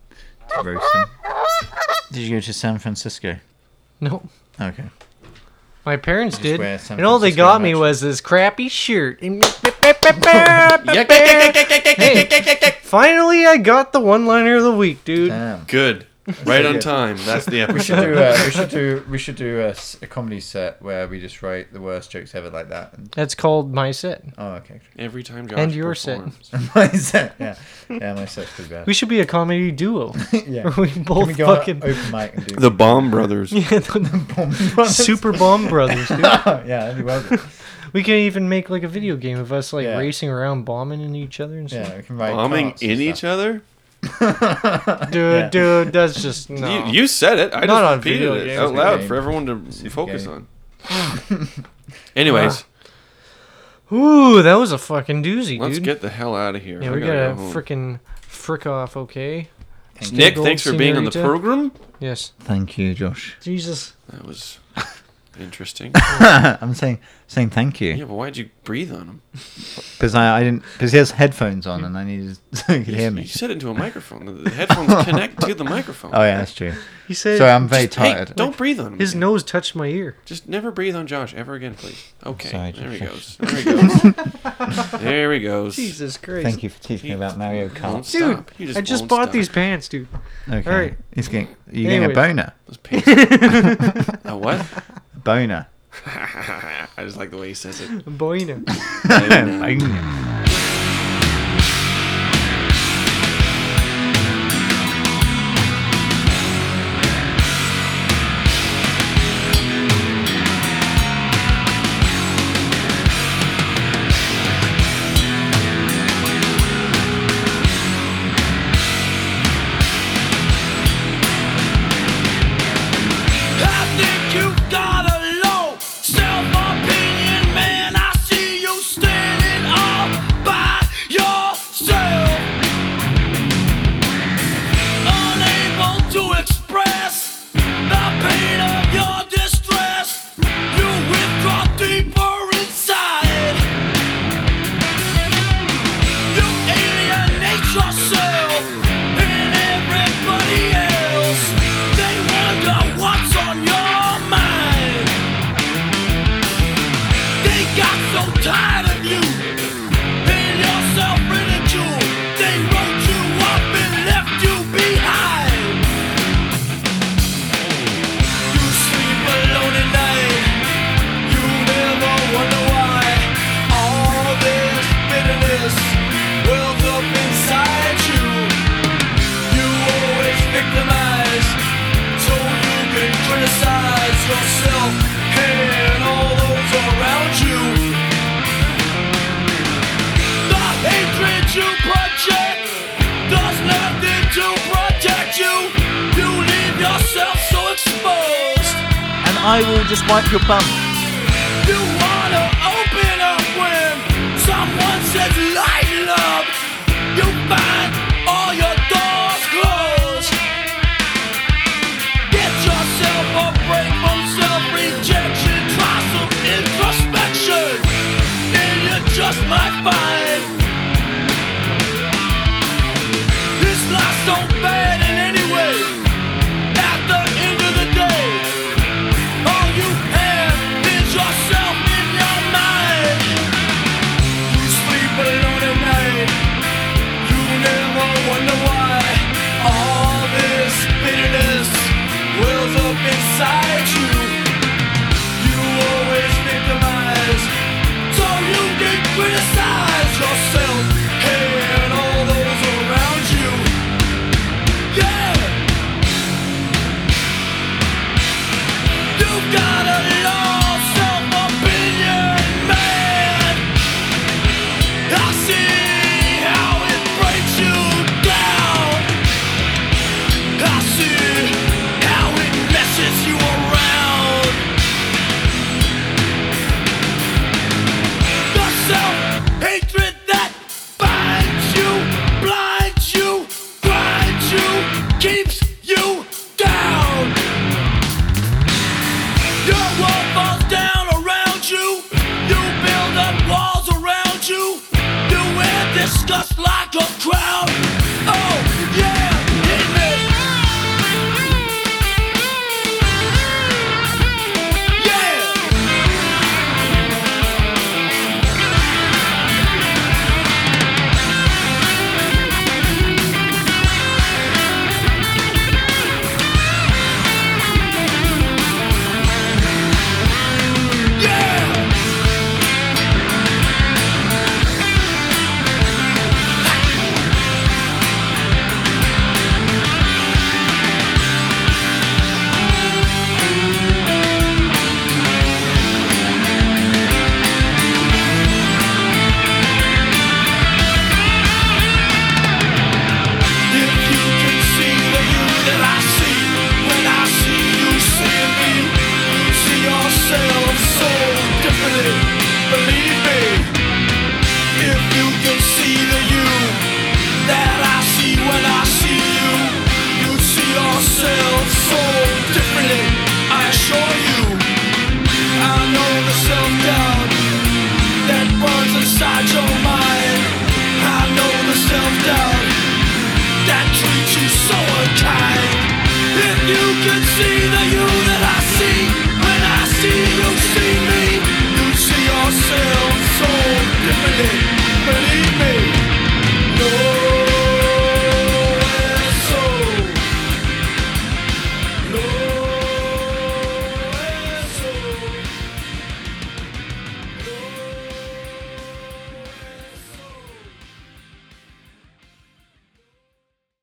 Speaker 4: Did you go to San Francisco?
Speaker 5: No.
Speaker 4: Okay.
Speaker 5: My parents did,
Speaker 4: wear San
Speaker 5: and all they
Speaker 4: Francisco
Speaker 5: got me was this crappy shirt. And- Hey, finally, I got the one-liner of the week, dude.
Speaker 7: Good. Right on time. That's the
Speaker 4: We
Speaker 7: episode.
Speaker 4: should do, uh, we should do we should do a, s- a comedy set where we just write the worst jokes ever like that. And,
Speaker 5: That's called my set.
Speaker 4: oh, okay.
Speaker 7: Every time Josh
Speaker 5: And your set.
Speaker 4: my set, yeah, yeah, my set's pretty bad.
Speaker 5: We should be a comedy duo.
Speaker 4: Yeah.
Speaker 5: Where we
Speaker 4: Can we
Speaker 5: both
Speaker 4: go on
Speaker 5: fucking
Speaker 4: open mic and do-
Speaker 7: The Bomb Brothers.
Speaker 5: Yeah, the,
Speaker 4: Brothers.
Speaker 5: Super Bomb Brothers, dude.
Speaker 4: Yeah, that'd be well good.
Speaker 5: We can even make like a video game of us like racing around, bombing into each other and stuff.
Speaker 4: Yeah, we can write
Speaker 7: Bombing in each other?
Speaker 5: Dude, dude, that's just no.
Speaker 7: You, you said it. I
Speaker 5: Not
Speaker 7: just
Speaker 5: on
Speaker 7: repeated
Speaker 5: video
Speaker 7: it
Speaker 5: games.
Speaker 7: out
Speaker 5: Super
Speaker 7: loud
Speaker 5: game.
Speaker 7: for everyone to focus
Speaker 5: game. Ah,
Speaker 7: on. Anyways,
Speaker 5: Ooh, that was a fucking doozy,
Speaker 7: let's
Speaker 5: dude.
Speaker 7: get the hell out of here.
Speaker 5: yeah,
Speaker 7: I
Speaker 5: we
Speaker 7: gotta go
Speaker 5: gotta
Speaker 7: home.
Speaker 5: freaking frick off, okay?
Speaker 7: you. Nick, thanks for being on the
Speaker 5: Senorita.
Speaker 7: program.
Speaker 5: Yes.
Speaker 4: Thank you, Josh.
Speaker 5: Jesus.
Speaker 7: That was interesting.
Speaker 4: I'm saying saying thank you.
Speaker 7: Yeah, but why'd you breathe on him?
Speaker 4: Because I, I didn't because he has headphones on and I needed so he could hear me.
Speaker 7: You said into a microphone. The- The headphones connect to the microphone.
Speaker 4: Oh yeah, that's true.
Speaker 5: He said-
Speaker 4: "So I'm very
Speaker 7: Just- hey,
Speaker 4: tired."
Speaker 7: don't breathe on him.
Speaker 5: His
Speaker 7: again.
Speaker 5: nose touched my ear.
Speaker 7: Just never breathe on Josh ever again, please. Okay,
Speaker 4: Sorry,
Speaker 7: there he goes.
Speaker 4: Josh.
Speaker 7: There he goes. there he goes.
Speaker 5: Jesus Christ.
Speaker 4: Thank you for teaching me about Mario Kart.
Speaker 5: Dude,
Speaker 7: Stop. You just
Speaker 5: I just
Speaker 7: won't
Speaker 5: bought
Speaker 7: stop.
Speaker 5: these pants, dude.
Speaker 4: Okay.
Speaker 5: All right.
Speaker 4: He's getting you getting a
Speaker 5: Anyways.
Speaker 4: boner.
Speaker 7: Those pants. a what?
Speaker 4: Boner.
Speaker 7: I just like the way he says it.
Speaker 5: Boina.
Speaker 4: Boner.
Speaker 15: I think you've got a low self-opinion, man. I see you standing all by yourself, unable to express the pain of your distress. You withdraw deeper inside. You alienate yourself and everybody else. They wonder what's on your mind. They got so tired of you and your self-ridicule. They wrote you up and left you behind. You sleep alone at night. You never wonder why. All this bitterness wells up inside you. You always victimize, so you can criticize yourself and all those around you. The hatred you project does nothing to protect you. You leave yourself so exposed.
Speaker 4: And I will just wipe your bum.
Speaker 15: You wanna open up when someone says lighten up. You find all your doors closed. Get yourself a break from self-rejection. Try some introspection, and you just might find this life's so bad in any way. At the end of the day. All you have is yourself in your mind. You sleep alone at night. You never wonder why. All this bitterness wells up inside you. You always victimize, so you can criticize yourself and all those around you. Yeah. You've got a low self-opinion, man. I see how it breaks you down. I see how it messes you around. The Oh,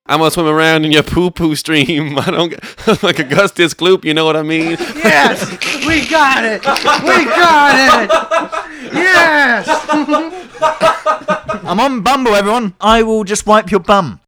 Speaker 7: I'm gonna swim around in your poo poo stream. I don't get, like Augustus Gloop. You know what I mean?
Speaker 16: Yes, we got it. We got it. Yes.
Speaker 4: I'm on Bumble, everyone. I will just wipe your bum.